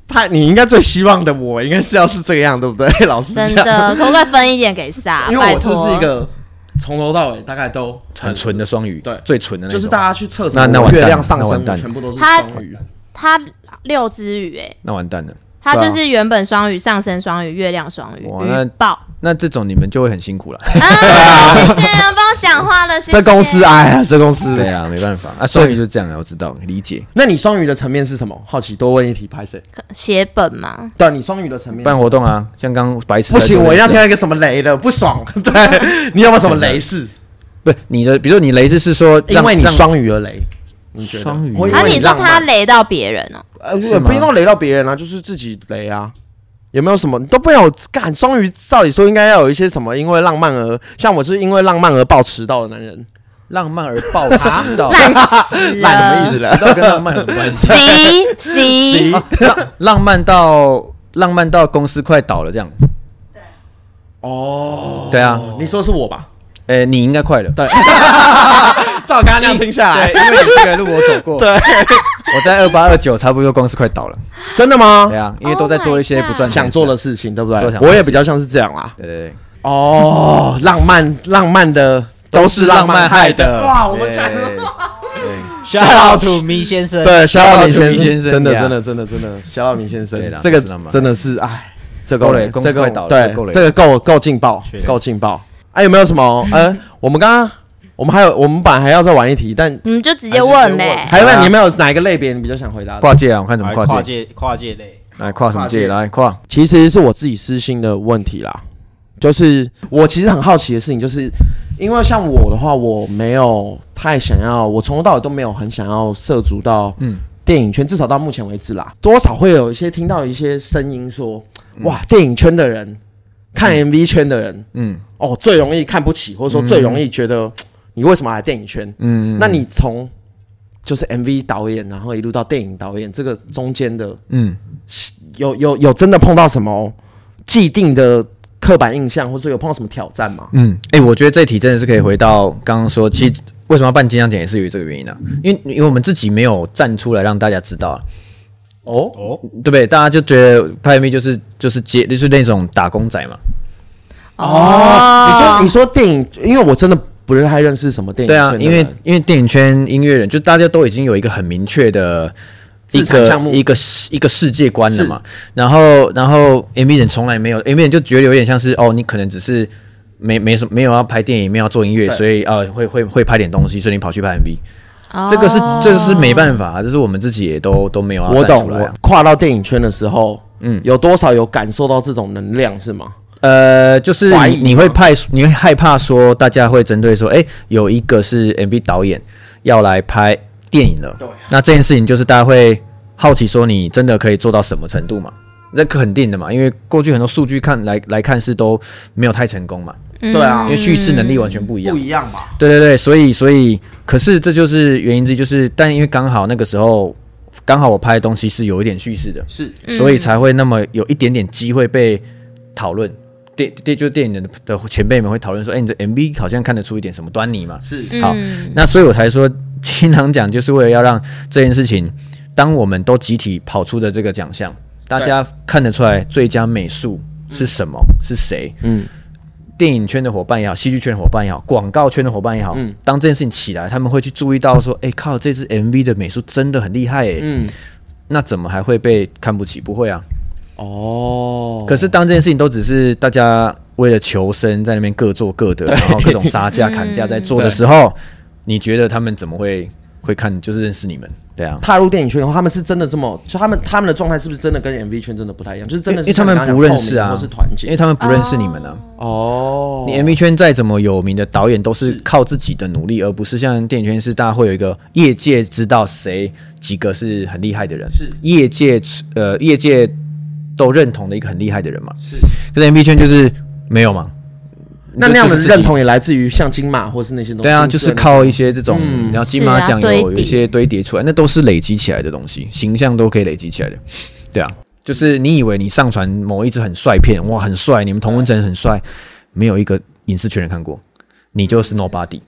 Speaker 1: 他你应该最希望的我应该是要是这样，对不 (laughs) 对？老师
Speaker 3: 真
Speaker 1: 讲，
Speaker 3: 的，可不可以分一点给撒？
Speaker 1: 因为
Speaker 3: 啊拜
Speaker 1: 我
Speaker 3: 托
Speaker 1: 就是一个从头到尾大概都
Speaker 4: 很纯的双语，
Speaker 1: 对
Speaker 4: 最纯的那
Speaker 1: 就
Speaker 4: 种。
Speaker 1: 是大家去测什
Speaker 4: 那那
Speaker 1: 么
Speaker 4: 完蛋
Speaker 1: 月亮上
Speaker 4: 那
Speaker 1: 升
Speaker 4: 完，蛋
Speaker 1: 全部都是
Speaker 3: 他
Speaker 1: 双鱼。
Speaker 3: 他六只鱼哎，
Speaker 4: 那完蛋了。
Speaker 3: 他
Speaker 1: 对啊
Speaker 3: 就是原本双鱼、上升双鱼、月亮双鱼、
Speaker 4: 哇那
Speaker 3: 鱼豹。
Speaker 4: 那这种你们就会很辛苦
Speaker 1: (laughs)
Speaker 4: 了。
Speaker 3: 啊，谢谢，帮我讲话了，谢谢。
Speaker 1: 这公司，哎呀，这公司
Speaker 4: 对。 (laughs) 啊，没办法啊，双语就这样啊，我知道，理解。
Speaker 1: 那你双鱼的层面是什么？好奇多问一题，拍谁？
Speaker 3: 写本嘛，
Speaker 1: 对，你双鱼的层面是
Speaker 4: 办活动啊，像刚刚白痴
Speaker 1: 不
Speaker 4: 在做
Speaker 1: 行，
Speaker 4: 那
Speaker 1: 我一定要
Speaker 4: 个
Speaker 1: 挑一个什么雷的，不
Speaker 4: (laughs)
Speaker 1: 爽。对，你有没有什么雷事？
Speaker 4: 不是你的，比如说你雷是是说让，
Speaker 1: 因为你
Speaker 4: 让
Speaker 1: 双鱼而雷，你觉得
Speaker 4: 双鱼
Speaker 1: 会因
Speaker 3: 啊，
Speaker 1: 为
Speaker 3: 你说
Speaker 1: 让
Speaker 3: 他
Speaker 1: 吗
Speaker 3: 雷到别人哦，
Speaker 1: 呃，
Speaker 4: 是
Speaker 1: 也
Speaker 4: 吗
Speaker 1: 不一定要雷到别人啊，就是自己雷啊。有没有什么你都没有干？双鱼照理说应该要有一些什么，因为浪漫而像我是因为浪漫而报迟到的男人，
Speaker 4: 浪漫而暴迟到，
Speaker 3: 烂死了，
Speaker 1: 烂什么意
Speaker 4: (laughs)
Speaker 1: 思
Speaker 4: 迟到跟浪漫有什么关系？
Speaker 3: (laughs) ？C
Speaker 1: (laughs)
Speaker 3: C，
Speaker 1: 谁
Speaker 4: 浪浪漫到浪漫到公司快倒了这样。
Speaker 1: 哦，
Speaker 4: 对啊，
Speaker 1: 你说是我吧？
Speaker 4: 哎，你应该快了。
Speaker 1: 对， (laughs) 照刚刚那样听下来，
Speaker 4: 因为你这个路我走过。对，我在二八二九差不多公司快倒了。
Speaker 1: 真的吗
Speaker 4: 对？啊，因为都在做一些不赚钱
Speaker 1: 想做
Speaker 4: 事
Speaker 1: 的。事情，对不
Speaker 4: 做想
Speaker 1: 对？
Speaker 4: 做的
Speaker 1: 我也比较像是这样啦。
Speaker 4: 对对对。
Speaker 1: 哦，浪漫浪漫的都是浪漫害的。
Speaker 4: 哇，我们讲的。
Speaker 2: 小老土迷先生，
Speaker 1: 对，小老明
Speaker 4: Shout out to 明
Speaker 1: 先
Speaker 4: 先
Speaker 1: 生，
Speaker 4: 生
Speaker 1: 真的
Speaker 4: 呀
Speaker 1: 真的真的真的，小老明先生
Speaker 4: 对啦，
Speaker 1: 这个
Speaker 4: 不是浪漫
Speaker 1: 真的是哎，这
Speaker 4: 够
Speaker 1: 够
Speaker 4: 了
Speaker 1: 了，
Speaker 4: 公司
Speaker 1: 这
Speaker 4: 快
Speaker 1: 个
Speaker 4: 倒了
Speaker 1: 对
Speaker 4: 够，了
Speaker 1: 这个够够劲爆
Speaker 2: 确，实
Speaker 1: 够劲爆。啊，有没有什么？呃，我们刚刚我们还有我们本来还要再玩一题，但
Speaker 3: 你们嗯就直接问欸
Speaker 4: 还是直接
Speaker 3: 呗
Speaker 4: 问。
Speaker 1: 还有没有
Speaker 4: 好啊
Speaker 1: 你有没有哪一个类别你比较想回答的？
Speaker 4: 跨界啊，我看怎么
Speaker 2: 来
Speaker 4: 跨
Speaker 2: 跨
Speaker 4: 界。
Speaker 2: 界跨界类，
Speaker 4: 来哎跨什么界？来跨。
Speaker 1: 其实是我自己私心的问题啦，就是我其实很好奇的事情，就是因为像我的话，我没有太想要，我从头到尾都没有很想要涉足到嗯电影圈，至少到目前为止啦，多少会有一些听到一些声音说，哇，电影圈的人看 MV 圈的人
Speaker 4: 嗯
Speaker 1: 哦，最容易看不起，或者说最容易觉得嘖你为什么要来电影圈？
Speaker 4: 嗯
Speaker 1: 那你从就是 MV 导演，然后一路到电影导演这个中间的
Speaker 4: 嗯，
Speaker 1: 有有有真的碰到什么既定的刻板印象，或者有碰到什么挑战吗？
Speaker 4: 嗯，哎、我觉得这题真的是可以回到刚刚说，其实为什么要办金像奖也是由于这个原因啊，因为因为我们自己没有站出来让大家知道啊，
Speaker 1: 哦，
Speaker 2: 哦，
Speaker 4: 对不对？大家就觉得拍 MV 就是就是接就是那种打工仔嘛，
Speaker 1: 哦你说你说电影，因为我真的不太认识什么电影
Speaker 4: 对啊
Speaker 1: 圈，的
Speaker 4: 因为
Speaker 1: 人
Speaker 4: 因为电影圈音乐人就大家都已经有一个很明确的。一
Speaker 1: 市场项
Speaker 4: 个
Speaker 1: 目
Speaker 4: 一个世一个世界观了嘛，然后然后 MV 人从来没有 MV 人就觉得有点像是哦，你可能只是没没什么没有要拍电影，没有要做音乐，
Speaker 1: 对
Speaker 4: 所以呃会会会拍点东西，所以你跑去拍 MV，
Speaker 3: 哦
Speaker 4: 这个是这是没办法、啊这是我们自己也都都没有要
Speaker 1: 我
Speaker 4: 站
Speaker 1: 懂，
Speaker 4: 出来、
Speaker 1: 我
Speaker 4: 啊。
Speaker 1: 跨到电影圈的时候，嗯，有多少有感受到这种能量是吗？
Speaker 4: 呃，就是
Speaker 1: 怀疑
Speaker 4: 你
Speaker 1: 吗
Speaker 4: 你会怕，你会害怕说大家会针对说，哎、有一个是 MV 导演要来拍电影了，
Speaker 1: 对啊
Speaker 4: 那这件事情就是大家会好奇说，你真的可以做到什么程度嘛？那肯定的嘛，因为过去很多数据看来来看是都没有太成功嘛，
Speaker 1: 对啊
Speaker 4: 因，为叙事能力完全嗯不一样，
Speaker 1: 不一样吧？
Speaker 4: 对对对，所以所以，可是这就是原因之一，就是但因为刚好那个时候，刚好我拍的东西是有一点叙事的，
Speaker 1: 是，
Speaker 4: 所以才会那么有一点点机会被讨论。电电就是电影的的前辈们会讨论说，哎、你这 MV 好像看得出一点什么端倪嘛？
Speaker 1: 是
Speaker 4: 好，那所以我才说金狼奖就是为了要让这件事情，当我们都集体跑出的这个奖项，大家看得出来最佳美术是什么，是谁？嗯，电影圈的伙伴也好，戏剧圈的伙伴也好，广告圈的伙伴也好，当这件事情起来，他们会去注意到说，哎、靠，这支 MV 的美术真的很厉害、欸，
Speaker 1: 嗯，
Speaker 4: 那怎么还会被看不起？不会啊，
Speaker 1: 哦，
Speaker 4: 可是当这件事情都只是大家为了求生在那边各做各的，然后各种杀价砍价在做的时候，你觉得他们怎么会会看就是认识你们？对啊，
Speaker 1: 踏入电影圈以后，他们是真的这么，就他们他们的状态是不是真的跟 MV 圈真的不太一样？就是真
Speaker 4: 因
Speaker 1: 的
Speaker 4: 为因
Speaker 1: 是
Speaker 4: 为他
Speaker 1: 像你
Speaker 4: 们
Speaker 1: 刚刚
Speaker 4: 不
Speaker 1: 讲
Speaker 4: 认识
Speaker 1: 透明
Speaker 4: 啊
Speaker 1: 或是团，
Speaker 4: 因
Speaker 1: 结
Speaker 4: 为他们不认识你们啊。
Speaker 1: 哦，
Speaker 4: 你 MV 圈再怎么有名的导演，都是靠自己的努力，而不是像电影圈是大家会有一个业界知道谁几个是很厉害的人，
Speaker 1: 是
Speaker 4: 业界呃业界都认同的一个很厉害的人嘛。是，可是 MV 圈就是没有嘛。
Speaker 1: 那
Speaker 4: 就
Speaker 1: 那样的
Speaker 4: 就是自己
Speaker 1: 认同也来自于像金马或是那些东西，
Speaker 4: 对啊，就是靠一些这种，
Speaker 1: 嗯
Speaker 4: 然后金马奖
Speaker 3: 是啊堆
Speaker 4: 有
Speaker 3: 叠
Speaker 4: 有一些堆叠出来，那都是累积起来的东西，形象都可以累积起来的。对啊，就是你以为你上传某一支很帅片，哇，很帅，你们同温层很帅，没有一个影视圈人看过，你就是 nobody。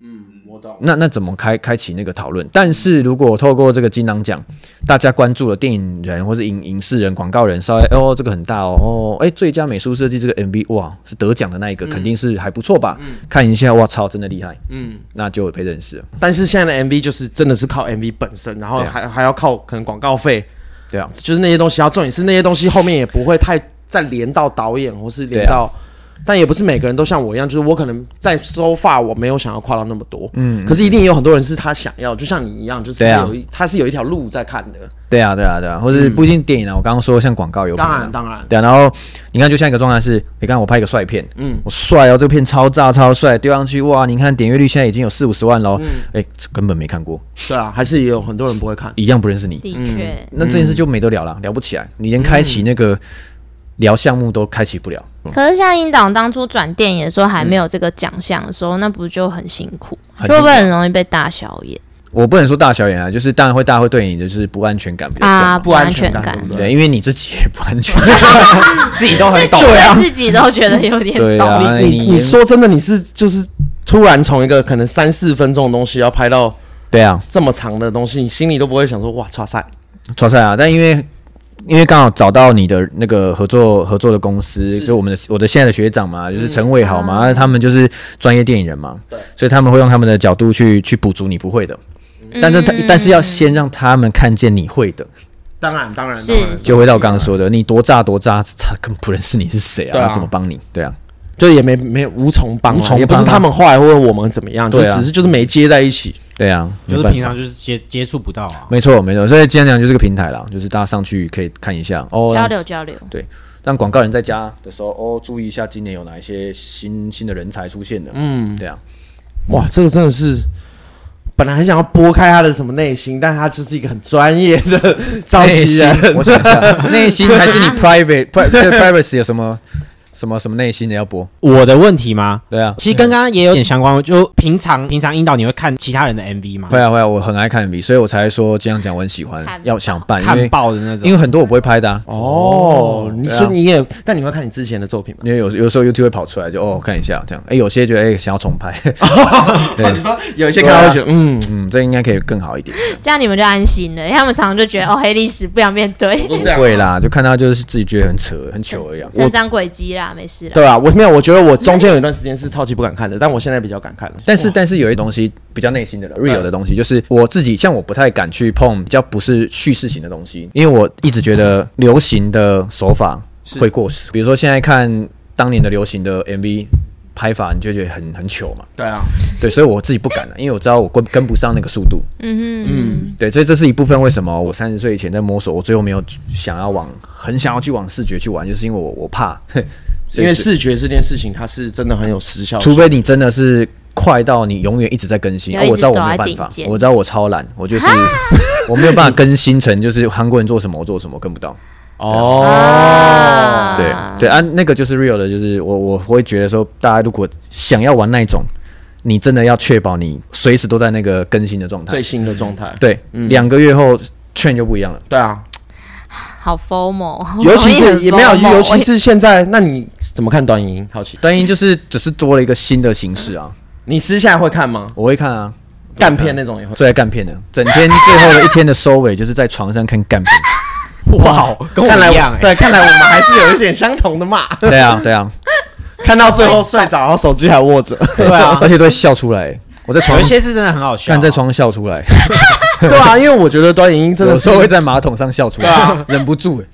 Speaker 1: 嗯我懂，
Speaker 4: 那那怎么开开启那个讨论？但是如果透过这个金囊奖，大家关注了电影人或是影影视人、广告人，稍微哦这个很大哦哦，哎最佳美术设计这个 MV 哇是得奖的那一个，肯定是还不错吧？看一下哇操，真的厉害，
Speaker 1: 嗯。
Speaker 4: 那就有被认识了。
Speaker 1: 但是现在的 MV 就是真的是靠 MV 本身，然后
Speaker 4: 对啊
Speaker 1: 还、还要靠可能广告费，
Speaker 4: 对啊，
Speaker 1: 就是那些东西。然后重点是那些东西后面也不会太再连到导演或是连
Speaker 4: 对啊
Speaker 1: 到。但也不是每个人都像我一样，就是我可能在收发我没有想要跨到那么多，嗯，可是一定也有很多人是他想要，就像你一样，就是
Speaker 4: 对
Speaker 1: 他
Speaker 4: 啊
Speaker 1: 有一、他是有一条路在看的，
Speaker 4: 对啊，对啊，对啊，或是不一定电影啊，我刚刚说像广告有可
Speaker 1: 当
Speaker 4: 能啊
Speaker 1: 然当然，
Speaker 4: 对啊，然后你看，就像一个状态是，哎你看我拍一个帅片，嗯，我帅哦，这个片超炸超帅，丢上去哇，你看点阅率现在已经有四五十万喽，哎、这根本没看过，
Speaker 1: 对啊，还是也有很多人不会看，
Speaker 4: 一样不认识你，
Speaker 3: 的确，
Speaker 4: 那这件事就没得聊了，聊不起来，你连开启那个聊项目都开启不了，
Speaker 3: 可是像英党当初转电影的时候还没有这个奖项的时候，那不就很辛苦？
Speaker 4: 很
Speaker 3: 就会不会很容易被大小眼
Speaker 4: 我不能说大小眼啊，就是当然会大家会对你的就是不安全感比较重
Speaker 3: 啊？
Speaker 4: 嘛，
Speaker 3: 不安
Speaker 1: 安
Speaker 3: 全
Speaker 1: 感，
Speaker 3: 感
Speaker 1: 对，不
Speaker 4: 对，
Speaker 1: 对？
Speaker 4: 因为你自己也不安全，
Speaker 2: 自己都很懂，
Speaker 3: 对
Speaker 1: 啊
Speaker 3: 自己都觉得有点
Speaker 4: 对
Speaker 1: 道
Speaker 4: 啊，
Speaker 1: 理， (laughs) 你你说真的，你是就是突然从一个可能三四分钟的东西要拍到
Speaker 4: 对啊，
Speaker 1: 这么长的东西，你心里都不会想说哇，差赛，
Speaker 4: 抓赛啊，但因为因为刚好找到你的那个合作合作的公司，就我们的我的现在的学长嘛，就是陈伟豪嘛，他们就是专业电影人嘛，对，所以他们会用他们的角度去去补足你不会的，但是他、但是要先让他们看见你会的，
Speaker 1: 当然当然
Speaker 3: 是
Speaker 1: 当然
Speaker 3: 是
Speaker 4: 就回到我刚刚说的，你多炸多炸，他根本不认识你是谁
Speaker 1: 对
Speaker 4: 啊，
Speaker 1: 啊
Speaker 4: 他怎么帮你？对啊，
Speaker 1: 就也没没有无从帮啊，
Speaker 4: 无从帮啊
Speaker 1: 也不是他们坏或者我们怎么样，就
Speaker 4: 对啊
Speaker 1: 只是就是没接在一起。
Speaker 4: 对啊，
Speaker 2: 就
Speaker 4: 没
Speaker 2: 是
Speaker 4: 办
Speaker 2: 平
Speaker 4: 法
Speaker 2: 常就是接接触不到啊。
Speaker 4: 没错没错，所以今天讲就是个平台啦，就是大家上去可以看一下哦，
Speaker 3: 交流交流。
Speaker 4: 对，让广告人在家的时候哦，注意一下今年有哪一些新新的人才出现的。嗯，对啊，
Speaker 1: 哇，这个真的是本来很想要拨开他的什么内心，但他就是一个很专业的 (laughs) 召
Speaker 4: 内
Speaker 1: 集
Speaker 4: 心
Speaker 1: 人。，
Speaker 4: 我想一下，啊 (laughs) 内心还是你 private pri 这 privacy 有什么什么什么内心的要播？
Speaker 2: 我的问题吗？
Speaker 4: 对啊，
Speaker 2: 其实跟刚刚也有点相关，就平常平常引导你会看其他人的 MV 吗？
Speaker 4: 会啊会啊，我很爱看 MV，所以我才说这样讲我很喜欢
Speaker 3: 看，
Speaker 4: 要想办，因
Speaker 2: 看
Speaker 4: 为
Speaker 2: 爆的那
Speaker 4: 因
Speaker 2: 种。
Speaker 4: 为很多我不会拍的啊。
Speaker 1: 哦，你
Speaker 4: 对啊
Speaker 1: 说你也，但你会看你之前的作品吗？
Speaker 4: 因为有有时候 YouTube 会跑出来，就哦我看一下这样，哎，有些觉得哎想要重拍， (laughs) 对
Speaker 1: 你说有一些
Speaker 4: 看到会
Speaker 1: 觉得嗯，
Speaker 4: 嗯，这应该可以更好一点。
Speaker 3: 这样你们就安心了。因为他们常常就觉得哦，黑历史不想面对，
Speaker 1: 都
Speaker 4: 不会啦，就看到就是自己觉得很扯很糗啊一样。
Speaker 3: 成长轨迹啦，没事啦。
Speaker 1: 对啊，我没有，我觉得我中间有一段时间是超级不敢看的，但我现在比较敢看了。
Speaker 4: 但是但是有些东西比较内心的
Speaker 1: 哎
Speaker 4: 了，real 的东西，就是我自己像我不太敢去碰比较不是叙事型的东西，因为我一直觉得流行的手法会过时。比如说现在看当年的流行的 MV 拍法，你就觉得很很糗嘛。
Speaker 1: 对啊，
Speaker 4: 对，所以我自己不敢了，啊因为我知道我跟跟不上那个速度。
Speaker 3: 嗯
Speaker 4: 对，所以这是一部分为什么我三十岁以前在摸索，我最后没有想要往很想要去往视觉去玩，就是因为我我怕， (laughs) 所
Speaker 1: 因
Speaker 4: 以
Speaker 1: 为
Speaker 4: 是
Speaker 1: 视觉这件事情，它是真的很有时效性。
Speaker 4: 除非你真的是快到你永远一直在更新，
Speaker 3: 有
Speaker 4: 啊、
Speaker 3: 一直
Speaker 4: 我知道我
Speaker 3: 走在
Speaker 4: 没办
Speaker 3: 顶
Speaker 4: 法
Speaker 3: 尖，啊
Speaker 4: 我知道我超懒，我就是 (laughs) 我没有办法更新成就是韩国人做什么我做什么，我跟不到。
Speaker 1: 哦，
Speaker 4: 对、对啊，那个就是 real 的，就是我我会觉得说，大家如果想要玩那一种，你真的要确保你随时都在那个更新的状态
Speaker 1: 最。新的状态。
Speaker 4: 对，
Speaker 2: 嗯
Speaker 4: 两、个月后券就不一样了。
Speaker 1: 对啊，
Speaker 3: 好 formal，
Speaker 1: 尤其
Speaker 3: 我
Speaker 1: 是
Speaker 3: 哦很
Speaker 1: 也没有，
Speaker 3: FOMO
Speaker 1: 尤其是现在，那你怎么看短影音？好奇，
Speaker 4: 单音就是只是多了一个新的形式啊，
Speaker 1: 你私下会看吗？
Speaker 4: 我会看啊，
Speaker 1: 干片那种也会。
Speaker 4: 最爱干片的，整天最后的一天的收尾就是在床上看干片。
Speaker 2: (laughs) 哇，跟
Speaker 1: 看
Speaker 2: 我
Speaker 1: 来
Speaker 2: 一样
Speaker 1: 我
Speaker 2: 哎。
Speaker 1: 对，看来我们还是有一点相同的 (laughs) 嘛。
Speaker 4: 对啊，对啊，
Speaker 1: 看到最后睡着，然后手机还握着。
Speaker 2: 啊
Speaker 1: 啊
Speaker 2: (laughs)
Speaker 4: 对啊，而且都会笑出来。我在床
Speaker 2: 有一些是真的很好笑啊，
Speaker 4: 看在床上笑出来，
Speaker 1: (laughs) 对啊，因为我觉得短 (laughs) 影音真的
Speaker 4: 有
Speaker 1: 是啊
Speaker 4: 时候会在马桶上笑出来，忍不住欸。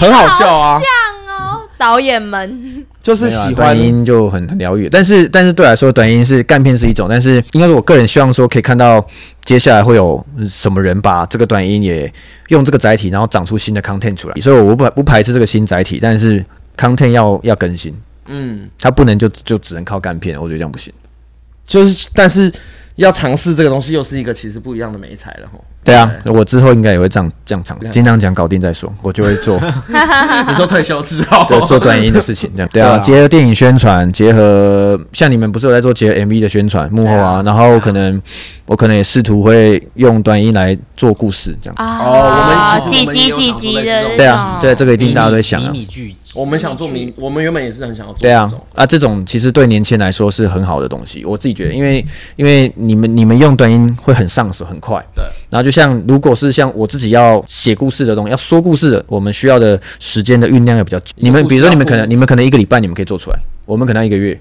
Speaker 1: 很好笑啊，
Speaker 3: 哦，导演们，
Speaker 1: 就是
Speaker 4: 没有啊
Speaker 1: 喜欢
Speaker 4: 短音就很很疗愈，但是但是对我来说，短音是干片是一种，但是应该是我个人希望说可以看到接下来会有什么人把这个短音也用这个载体，然后长出新的 content 出来，所以我不排不排斥这个新载体，但是 content 要要更新，嗯，它不能就就只能靠干片，我觉得这样不行。
Speaker 1: 就是，但是要尝试这个东西，又是一个其实不一样的美材了
Speaker 3: (laughs)
Speaker 1: 吼。
Speaker 4: 对啊，我之后应该也会这样这样尝
Speaker 1: 啊
Speaker 4: 试，尽量讲搞定再说，我就会做
Speaker 1: 你说退休之后，
Speaker 4: 对做短音的事情，这样对
Speaker 1: 对
Speaker 4: 啊，
Speaker 1: 啊
Speaker 4: 结合电影宣传，结合像你们不是有在做结合 MV 的宣传幕后啊，然后可能我可能也试图会用短音来做故事，这样
Speaker 3: 啊，
Speaker 1: 哦我们其
Speaker 3: 几
Speaker 1: 实我们也
Speaker 3: 集
Speaker 1: 有
Speaker 3: 几
Speaker 1: 想
Speaker 3: 集
Speaker 1: 过类似
Speaker 3: 的
Speaker 1: 这种
Speaker 4: 对啊，对这个一
Speaker 2: 迷你
Speaker 4: 定大家都会想啊
Speaker 2: 迷，你剧集，
Speaker 1: 我们想做迷，我们原本也是很想要做
Speaker 4: 对啊
Speaker 1: 这种，
Speaker 4: 啊这种其实对年轻人来说是很好的东西，我自己觉得，因为因为你们你们用短音会很上手，很快，
Speaker 1: 对，
Speaker 4: 然后就像如果是像我自己要写故事的东西，要说故事的，我们需要的时间的酝酿要比较久。你们
Speaker 1: 故事
Speaker 4: 比如说你们
Speaker 1: 要
Speaker 4: 可
Speaker 1: 铺
Speaker 4: 能你们可能一个礼拜你们可以做出来，我们可能要一个月。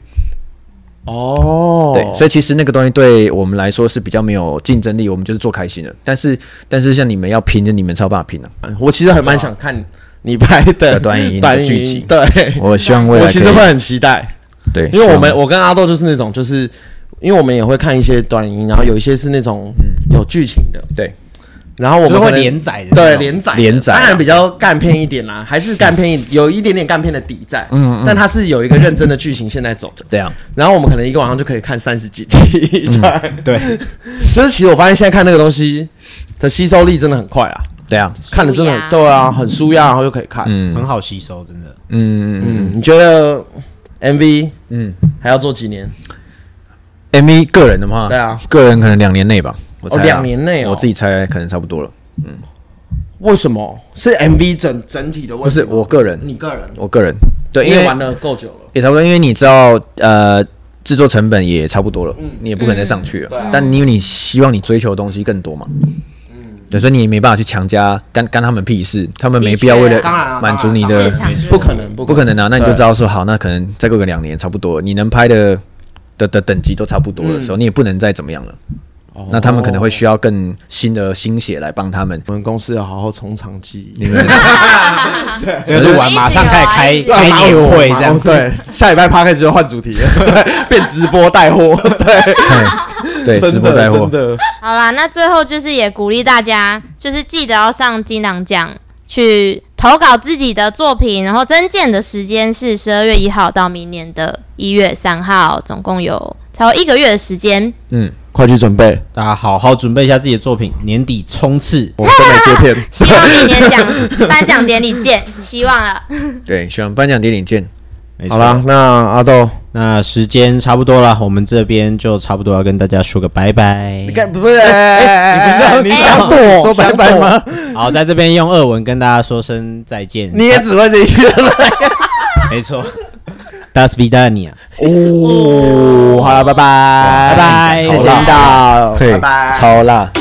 Speaker 1: 哦
Speaker 4: 对，所以其实那个东西对我们来说是比较没有竞争力，我们就是做开心的。但是但是像你们要拼的，你们才有办法
Speaker 1: (laughs)
Speaker 4: 拼啊。
Speaker 1: 以我其实很蛮想看你拍的
Speaker 4: 短影音的
Speaker 1: 短
Speaker 4: 剧
Speaker 1: 影
Speaker 4: 集
Speaker 1: 音，对，
Speaker 4: 我希望未来
Speaker 1: 我
Speaker 4: 可
Speaker 1: 其
Speaker 4: 以
Speaker 1: 实会很期待。
Speaker 4: 对，啊
Speaker 1: 因为我们
Speaker 4: 希望
Speaker 1: 我跟阿豆就是那种，就是因为我们也会看一些短音，然后有一些是那种
Speaker 4: 嗯
Speaker 1: 有剧情的，
Speaker 4: 对
Speaker 1: 然后我
Speaker 2: 就是
Speaker 1: 们
Speaker 2: 会
Speaker 1: 可能
Speaker 2: 连载的那
Speaker 1: 对
Speaker 2: 种
Speaker 1: 连载的
Speaker 4: 连载啊
Speaker 1: 当然比较干片一点啦，还是干片一有一点点干片的底在，嗯，但它是有一个认真的剧情现在走的，
Speaker 4: 这样，
Speaker 1: 然后我们可能一个晚上就可以看三十几集，
Speaker 4: 嗯
Speaker 2: 对，
Speaker 1: 对，(laughs) 就是其实我发现现在看那个东西的吸收力真的很快啊，
Speaker 4: 对啊，
Speaker 1: 看的真的
Speaker 3: 舒压
Speaker 1: 很对啊，很舒压，然后又可以看，嗯
Speaker 2: 很好吸收，真的。
Speaker 1: 嗯，你觉得 MV 嗯还要做几年？
Speaker 4: MV 个人的话，
Speaker 1: 对啊，
Speaker 4: 个人可能两年内吧，我猜啊
Speaker 1: 哦两年内哦
Speaker 4: 我自己猜可能差不多了。
Speaker 1: 为什么是 MV 整整体的问题吗？
Speaker 4: 不是我个人
Speaker 1: 你个人，
Speaker 4: 我个人对，因
Speaker 1: 因为
Speaker 4: 为
Speaker 1: 玩的够久了，
Speaker 4: 也差不多，因为你知道，呃，制作成本也差不多了，你也不可能再上去了。
Speaker 1: 嗯对啊
Speaker 4: 但因为你希望你追求的东西更多嘛，
Speaker 1: 嗯
Speaker 4: 对，所以你也没办法去强加干干他们屁事，他们没必要为
Speaker 3: 的
Speaker 4: 了
Speaker 3: 确
Speaker 1: 当然啊
Speaker 4: 满足你
Speaker 1: 当
Speaker 4: 的
Speaker 3: 市，场
Speaker 1: 不可能，
Speaker 4: 不可能啊。那你就
Speaker 1: 对
Speaker 4: 知道说，好，那可能再过个两年差不多了，你能拍的的的等级都差不多
Speaker 1: 嗯
Speaker 4: 的时候，你也不能再怎么样了。
Speaker 1: 哦
Speaker 4: 那他们可能会需要更新的心血来帮他们。
Speaker 1: 我们公司要好好从长计议。
Speaker 4: 嗯
Speaker 2: 这个录完马上开始
Speaker 3: 对
Speaker 2: 开开年会，这
Speaker 1: 哦
Speaker 2: 样
Speaker 1: 对，下礼拜 p 开始就换主题了，对，变直播带货，
Speaker 4: 对，
Speaker 1: 真
Speaker 4: 直播带
Speaker 1: 的
Speaker 4: 货
Speaker 1: 真，的，
Speaker 3: 好啦，那最后就是也鼓励大家，就是记得要上金囊奖去投稿自己的作品，然后增建的时间是十二月一号到明年的一月三号，总共有超一个月的时间。
Speaker 4: 嗯，
Speaker 1: 快去准备，
Speaker 2: 大家好好准备一下自己的作品，年底冲刺。
Speaker 1: 我们都没接片。
Speaker 3: 希望明年奖颁奖典礼见，希望啊了。
Speaker 4: 对，希望颁奖典礼见。
Speaker 2: 没错
Speaker 1: 好啦，，那阿豆，
Speaker 2: 那时间差不多了，我们这边就差不多要跟大家说个拜拜。
Speaker 1: 干不是？哎
Speaker 4: 你不是要
Speaker 1: 你想
Speaker 4: 说
Speaker 1: 躲
Speaker 4: 说拜拜吗？
Speaker 2: 好，在这边用俄文跟大家说声再见。
Speaker 1: 你也只会这一句了。
Speaker 2: 没错，Das Vidania，
Speaker 1: 哦，好了，拜
Speaker 2: 拜
Speaker 1: 拜，
Speaker 2: 拜
Speaker 1: 谢谢领导，
Speaker 4: 对
Speaker 1: 拜拜。
Speaker 4: 超辣。